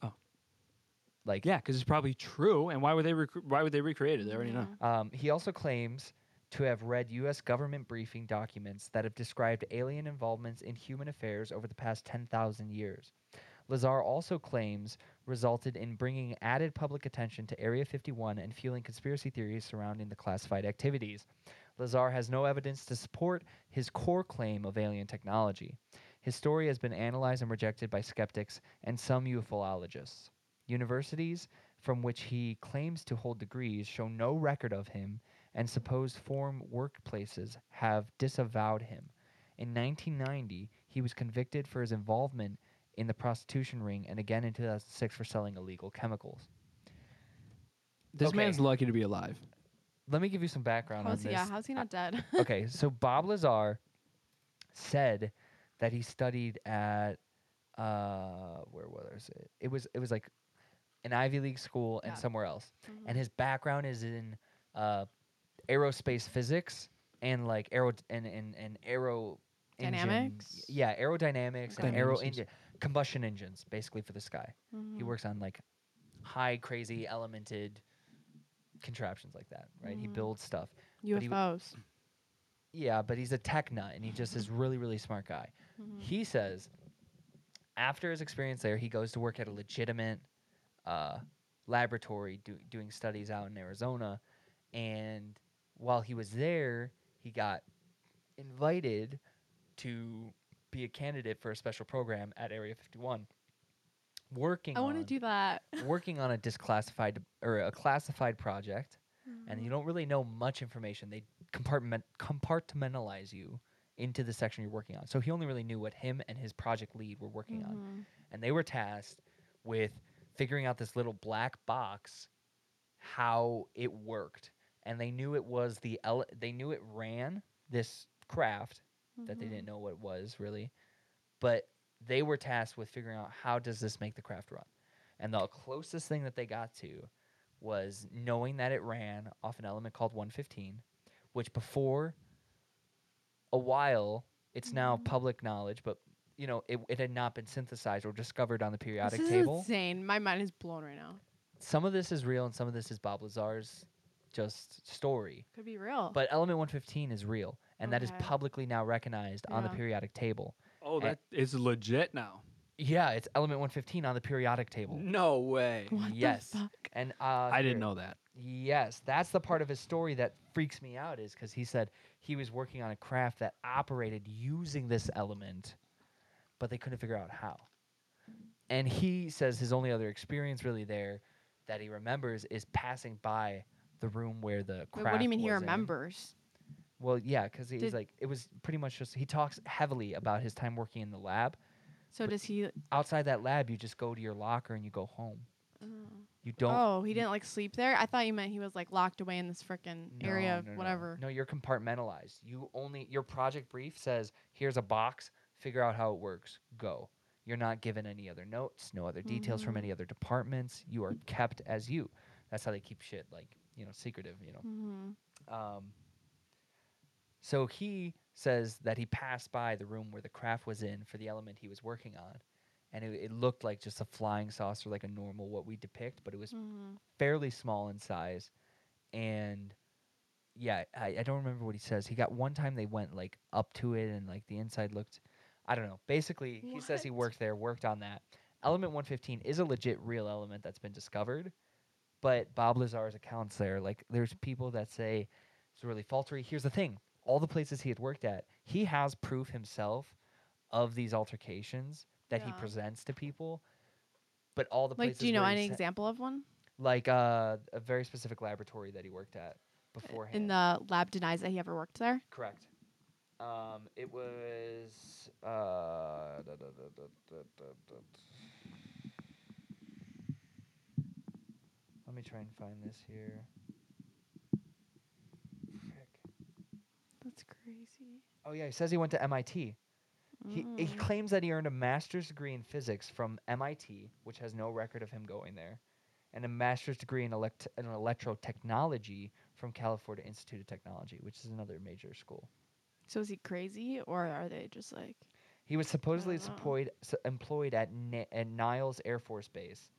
[SPEAKER 2] Oh.
[SPEAKER 3] like
[SPEAKER 2] Yeah, because it's probably true. And why would they recre- why would they recreate it? They already know.
[SPEAKER 3] Um, he also claims to have read U.S. government briefing documents that have described alien involvements in human affairs over the past 10,000 years. Lazar also claims resulted in bringing added public attention to Area 51 and fueling conspiracy theories surrounding the classified activities. Lazar has no evidence to support his core claim of alien technology. His story has been analyzed and rejected by skeptics and some ufolologists. Universities from which he claims to hold degrees show no record of him, and supposed foreign workplaces have disavowed him. In 1990, he was convicted for his involvement in the prostitution ring, and again in 2006 for selling illegal chemicals.
[SPEAKER 2] This
[SPEAKER 3] Okay.
[SPEAKER 2] man's lucky to be alive.
[SPEAKER 3] Let me give you some background on
[SPEAKER 4] How's
[SPEAKER 3] this.
[SPEAKER 4] he, yeah, [LAUGHS] how's he
[SPEAKER 2] [LAUGHS]
[SPEAKER 4] not dead?
[SPEAKER 3] okay, so Bob Lazar said that he studied at uh where was it? It was it was like an Ivy League school and
[SPEAKER 4] Yeah.
[SPEAKER 3] somewhere else.
[SPEAKER 4] Mhm.
[SPEAKER 3] And his background is in uh aerospace physics and like aero and and, and aero engine-
[SPEAKER 4] Dynamics?
[SPEAKER 3] yeah, aerodynamics and
[SPEAKER 4] Okay.
[SPEAKER 3] aero
[SPEAKER 2] Dynamics.
[SPEAKER 3] engine combustion engines basically for the sky. He
[SPEAKER 4] Mhm.
[SPEAKER 3] works on like high crazy elemented contraptions like that, right? He
[SPEAKER 4] Mhm.
[SPEAKER 3] builds stuff. but he w-
[SPEAKER 4] UFOs.
[SPEAKER 3] Yeah, but he's a tech nut and he just is really, really smart guy.
[SPEAKER 4] Mhm.
[SPEAKER 3] He says after his experience there, he goes to work at a legitimate uh, laboratory do- doing studies out in Arizona. And while he was there, he got invited to be a candidate for a special program at Area 51. Working
[SPEAKER 4] I want
[SPEAKER 3] on-
[SPEAKER 4] to
[SPEAKER 3] [LAUGHS]
[SPEAKER 4] do that.
[SPEAKER 3] working on a disclassified or a classified project and
[SPEAKER 4] Mhm.
[SPEAKER 3] you don't really know much information. They compartment compartmentalize you into the section you're working on. So he only really knew what him and his project lead were working on,
[SPEAKER 4] Mhm.
[SPEAKER 3] and they were tasked with figuring out this little black box how it worked. And they knew it was the ele- they knew it ran this craft that they
[SPEAKER 4] Mhm.
[SPEAKER 3] didn't know what it was really, but they were tasked with figuring out how does this make the craft run. And the closest thing that they got to was knowing that it ran off an element called 115, which before a while it's now
[SPEAKER 4] Mhm.
[SPEAKER 3] public knowledge, but you know it, it had not been synthesized or discovered on the periodic
[SPEAKER 4] This is
[SPEAKER 3] table.
[SPEAKER 4] insane. My mind is blown right now.
[SPEAKER 3] Some of this is real, and some of this is Bob Lazar's just story.
[SPEAKER 4] Could be real.
[SPEAKER 3] But element 115 is real, and that is
[SPEAKER 4] Okay.
[SPEAKER 3] publicly now recognized on the
[SPEAKER 4] Yeah.
[SPEAKER 3] periodic table.
[SPEAKER 2] Oh,
[SPEAKER 3] that
[SPEAKER 2] that is legit now.
[SPEAKER 3] Yeah, it's element 115 on the periodic table.
[SPEAKER 4] Mm.
[SPEAKER 2] No way.
[SPEAKER 4] [LAUGHS] what
[SPEAKER 3] yes.
[SPEAKER 4] the fuck?
[SPEAKER 3] And uh,
[SPEAKER 2] I didn't
[SPEAKER 3] here-
[SPEAKER 2] know [LAUGHS] that.
[SPEAKER 3] Yes, that's the part of his story that freaks me out is because he said he was working on a craft that operated using this element, but they couldn't figure out how. And he says his only other experience really there that he remembers is passing by the room where the
[SPEAKER 4] Wait,
[SPEAKER 3] craft.
[SPEAKER 4] what do you mean he
[SPEAKER 3] was in.
[SPEAKER 4] remembers?
[SPEAKER 3] Well, yeah, because he's
[SPEAKER 4] Did-
[SPEAKER 3] like it was pretty much just he talks heavily about his time working in the lab.
[SPEAKER 4] So does he?
[SPEAKER 3] Outside that lab, you just go to your locker and you go home.
[SPEAKER 4] oh.
[SPEAKER 3] You don't
[SPEAKER 4] oh, he didn't like sleep there. I thought you meant he was like locked away in this freaking area
[SPEAKER 3] No,
[SPEAKER 4] of
[SPEAKER 3] no, no.
[SPEAKER 4] whatever.
[SPEAKER 3] No, you're compartmentalized. You only your project brief says, "Here's a box. Figure out how it works. Go." You're not given any other notes, no other details from
[SPEAKER 4] Mhm.
[SPEAKER 3] any other departments. You are kept as you. That's how they keep shit like you know secretive. You know.
[SPEAKER 4] Mhm.
[SPEAKER 3] Um, so he says that he passed by the room where the craft was in for the element he was working on, and it, it looked like just a flying saucer, like a normal what we depict, but it was
[SPEAKER 4] Mhm.
[SPEAKER 3] fairly small in size, and yeah, I, I don't remember what he says. He got one time they went like up to it and like the inside looked, I don't know. Basically, he says he
[SPEAKER 4] What?
[SPEAKER 3] worked there, worked on that. Element 115 is a legit real element that's been discovered, but Bob Lazar's accounts there, like there's people that say it's really faltering. Here's the thing: all the places he had worked at, he has proof himself of these altercations that he
[SPEAKER 4] Yeah.
[SPEAKER 3] presents to people. But all the
[SPEAKER 4] Like,
[SPEAKER 3] places
[SPEAKER 4] do you know
[SPEAKER 3] where he
[SPEAKER 4] any
[SPEAKER 3] sa-
[SPEAKER 4] example of one?
[SPEAKER 3] like uh, a very specific laboratory that he worked at beforehand.
[SPEAKER 4] And the lab denies that he ever worked there.
[SPEAKER 3] Correct. Um, it was. Uh, da, da, da, da, da, da, da. Let me try and find this here. Frick.
[SPEAKER 4] That's crazy.
[SPEAKER 3] Oh yeah, he says he went to MIT. He, he [LAUGHS]
[SPEAKER 4] Mm.
[SPEAKER 3] claims that he earned a master's degree in physics from MIT, which has no record of him going there, and a master's degree in, elect- in electrotechnology from California Institute of Technology, which is another major school.
[SPEAKER 4] So is he crazy, or are they just like?
[SPEAKER 3] He was supposedly
[SPEAKER 4] don't know.
[SPEAKER 3] employed, s employed at, Ni- at Niles Air Force Base,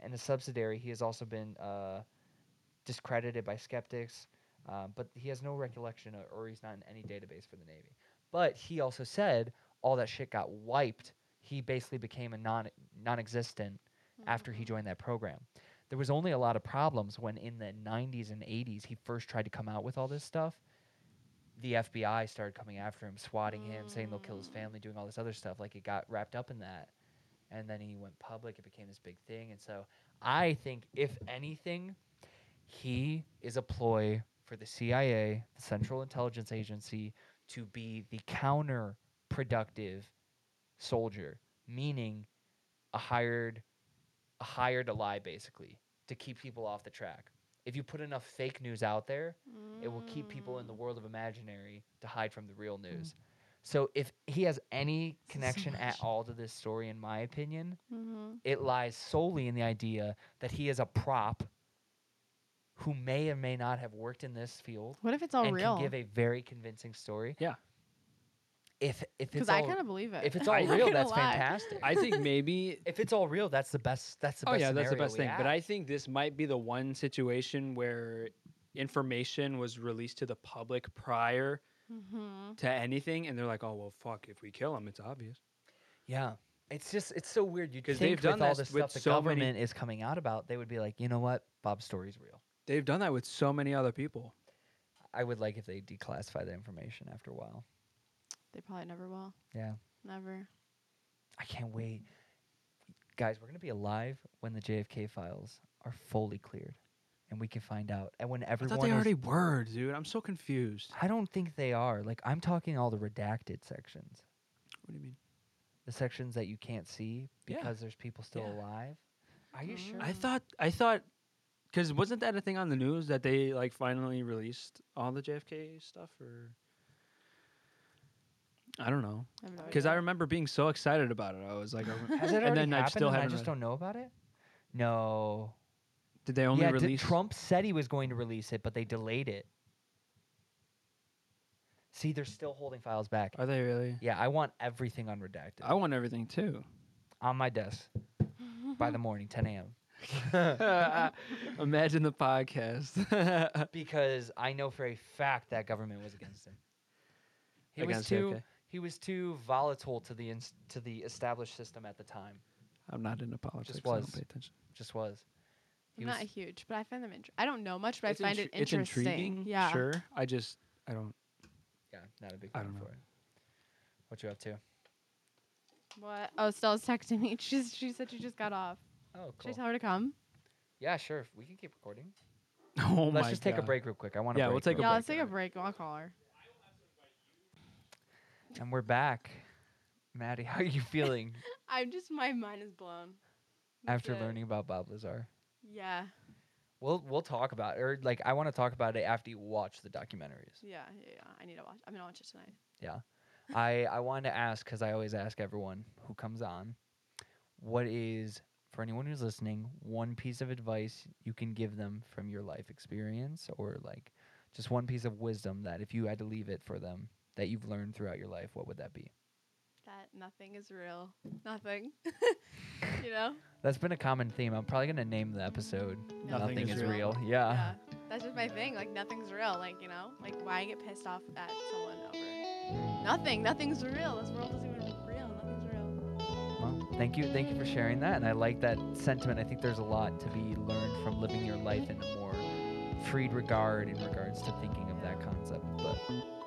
[SPEAKER 3] and a subsidiary. He has also been uh, discredited by skeptics, uh, but he has no recollection or, or he's not in any database for the Navy. But he also said all that shit got wiped. He basically became a non non-existent after he joined that program. There was only a lot of problems when in the 90s and 80s he first tried to come out with all this stuff. The FBI started coming after him, swatting him, saying they'll kill his
[SPEAKER 4] Mm.
[SPEAKER 3] family, doing all this other stuff. Like it got wrapped up in that. And then he went public, it became this big thing. And so I think if anything, he is a ploy for the CIA, the Central Intelligence Agency, to be the counterproductive soldier, meaning a hired a hired to lie basically to keep people off the track. If you put enough fake news out there,
[SPEAKER 4] mm-hmm.
[SPEAKER 3] it will keep people
[SPEAKER 2] Mm.
[SPEAKER 3] in the world of imaginary to hide from the real
[SPEAKER 2] Hmm.
[SPEAKER 3] news. So if he has any
[SPEAKER 4] so
[SPEAKER 3] connection at
[SPEAKER 4] much.
[SPEAKER 3] all to this story, in my opinion,
[SPEAKER 4] Mm-hmm.
[SPEAKER 3] it lies solely in the idea that he is a prop who may or may not have worked in this field
[SPEAKER 4] What if it's all
[SPEAKER 3] and
[SPEAKER 4] real?
[SPEAKER 3] can give a very convincing story.
[SPEAKER 2] Oh, Yeah.
[SPEAKER 3] If if
[SPEAKER 4] Because
[SPEAKER 3] it's
[SPEAKER 4] I
[SPEAKER 3] all
[SPEAKER 4] kind of believe it.
[SPEAKER 3] if it's
[SPEAKER 4] [LAUGHS] I'm
[SPEAKER 3] all
[SPEAKER 4] not
[SPEAKER 3] real,
[SPEAKER 4] gonna
[SPEAKER 3] that's
[SPEAKER 4] lie.
[SPEAKER 3] fantastic.
[SPEAKER 2] I
[SPEAKER 4] [LAUGHS]
[SPEAKER 2] think maybe
[SPEAKER 3] if it's all real, that's the best. That's the
[SPEAKER 2] oh
[SPEAKER 3] best.
[SPEAKER 2] yeah, that's the
[SPEAKER 3] scenario
[SPEAKER 2] best
[SPEAKER 3] we
[SPEAKER 2] thing. But
[SPEAKER 3] have.
[SPEAKER 2] I think this might be the one situation where information was released to the public prior
[SPEAKER 4] Mhm.
[SPEAKER 2] to anything, and they're like, "Oh well, fuck! If we kill him, it's obvious."
[SPEAKER 3] Yeah. It's just it's so weird. You
[SPEAKER 2] 'Cause
[SPEAKER 3] think
[SPEAKER 2] they've done
[SPEAKER 3] with all
[SPEAKER 2] this
[SPEAKER 3] the
[SPEAKER 2] with
[SPEAKER 3] stuff the
[SPEAKER 2] so many-
[SPEAKER 3] government is coming out about, they would be like, you know what, Bob's story's real.
[SPEAKER 2] They've done that with so many other people.
[SPEAKER 3] I would like if they declassify that information after a while.
[SPEAKER 4] They probably never will.
[SPEAKER 3] Yeah.
[SPEAKER 4] Never.
[SPEAKER 3] I can't wait, guys. We're gonna be alive when the JFK files are fully cleared, and we can find out. And when
[SPEAKER 2] I
[SPEAKER 3] everyone
[SPEAKER 2] thought they
[SPEAKER 3] is-
[SPEAKER 2] already were, dude. I'm so confused.
[SPEAKER 3] I don't think they are. Like I'm talking all the redacted sections,
[SPEAKER 2] What do you mean?
[SPEAKER 3] the sections that you can't see
[SPEAKER 2] Yeah.
[SPEAKER 3] because there's people still
[SPEAKER 2] Yeah.
[SPEAKER 3] alive. Are you sure?
[SPEAKER 2] I thought I thought because wasn't that a thing on the news that they like finally released all the JFK stuff or I don't know
[SPEAKER 4] I have no
[SPEAKER 2] because I
[SPEAKER 4] idea.
[SPEAKER 2] remember being so excited about it. I was like, I rem-
[SPEAKER 3] Has it
[SPEAKER 2] [LAUGHS]
[SPEAKER 3] already
[SPEAKER 2] and then
[SPEAKER 3] happened?
[SPEAKER 2] I still
[SPEAKER 3] and I
[SPEAKER 2] haven't
[SPEAKER 3] just
[SPEAKER 2] read
[SPEAKER 3] don't know about it. No.
[SPEAKER 2] it. Did they only
[SPEAKER 3] yeah, d-
[SPEAKER 2] release
[SPEAKER 3] Trump said he was going to release it, but they delayed it. See, they're still holding files back.
[SPEAKER 2] Are they really?
[SPEAKER 3] Yeah, I want everything unredacted
[SPEAKER 2] I want everything [LAUGHS] too.
[SPEAKER 3] on my desk by
[SPEAKER 4] [LAUGHS]
[SPEAKER 3] the morning, 10 a.m.
[SPEAKER 2] Imagine the podcast.
[SPEAKER 3] because I know for a fact that government was against him. He was
[SPEAKER 2] Against
[SPEAKER 3] too
[SPEAKER 2] JFK.
[SPEAKER 3] he was too volatile to the ins- to the established system at the time.
[SPEAKER 2] I'm not into politics. I
[SPEAKER 3] was.
[SPEAKER 2] don't pay attention.
[SPEAKER 3] Just was. He
[SPEAKER 4] I'm not
[SPEAKER 3] was-
[SPEAKER 4] huge, but I find them. Int- I don't know much, but
[SPEAKER 2] It's
[SPEAKER 4] I find
[SPEAKER 2] intri-
[SPEAKER 4] it interesting.
[SPEAKER 2] It's intriguing.
[SPEAKER 4] yeah.
[SPEAKER 2] Sure. I just I don't.
[SPEAKER 3] yeah, not a big
[SPEAKER 2] I
[SPEAKER 3] fan
[SPEAKER 2] don't know.
[SPEAKER 3] for it. What you up
[SPEAKER 4] Oh,
[SPEAKER 3] to?
[SPEAKER 4] What? Oh, Stella's texting me. [LAUGHS] She's she said she just got off.
[SPEAKER 3] Oh,
[SPEAKER 4] Should I
[SPEAKER 3] cool.
[SPEAKER 4] tell her to come?
[SPEAKER 3] Yeah, sure. We can keep recording.
[SPEAKER 2] Oh
[SPEAKER 3] Let's
[SPEAKER 2] my
[SPEAKER 3] just take a
[SPEAKER 2] God.
[SPEAKER 3] break real quick. I want to
[SPEAKER 2] Yeah, we'll take a
[SPEAKER 4] yeah,
[SPEAKER 2] break
[SPEAKER 4] let's take a
[SPEAKER 2] on it.
[SPEAKER 4] break. I'll call her.
[SPEAKER 3] And we're back. Maddie, how are
[SPEAKER 4] [LAUGHS]
[SPEAKER 3] you feeling
[SPEAKER 4] I'm just my mind is blown. That's
[SPEAKER 3] after
[SPEAKER 4] it.
[SPEAKER 3] learning about Bob Lazar?
[SPEAKER 4] Yeah.
[SPEAKER 3] We'll we'll talk about it, or like I want to talk about it after you watch the documentaries.
[SPEAKER 4] [LAUGHS] Yeah. Yeah. yeah. I need to watch. I'm gonna watch it tonight.
[SPEAKER 3] I I wanted to ask because I always ask everyone who comes on, what is for anyone who's listening one piece of advice you can give them from your life experience or like just one piece of wisdom that if you had to leave it for them that you've learned throughout your life, what would that be?
[SPEAKER 4] That nothing is real. Nothing. [LAUGHS] you know.
[SPEAKER 3] That's been a common theme. I'm probably gonna name the episode.
[SPEAKER 2] Nothing is
[SPEAKER 3] real.
[SPEAKER 2] real.
[SPEAKER 3] Yeah.
[SPEAKER 4] Yeah. That's just my thing. Like nothing's real. Like you know. Like why get pissed off at someone over nothing? Nothing's real. This world isn't even real. Nothing's real.
[SPEAKER 3] Well, thank you, thank you for sharing that, and I like that sentiment. I think there's a lot to be learned from living your life in a more freed regard in regards to thinking of that concept. But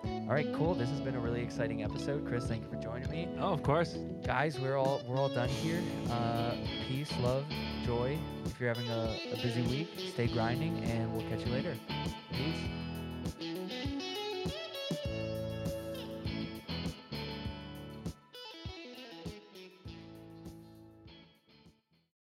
[SPEAKER 3] all right, cool. This has been a really exciting episode, Chris. Thank you for joining me,
[SPEAKER 2] Oh, of course.
[SPEAKER 3] guys. We're all we're all done here. Uh, peace, love, joy. If you're having a, a busy week, stay grinding, and we'll catch you later. Peace.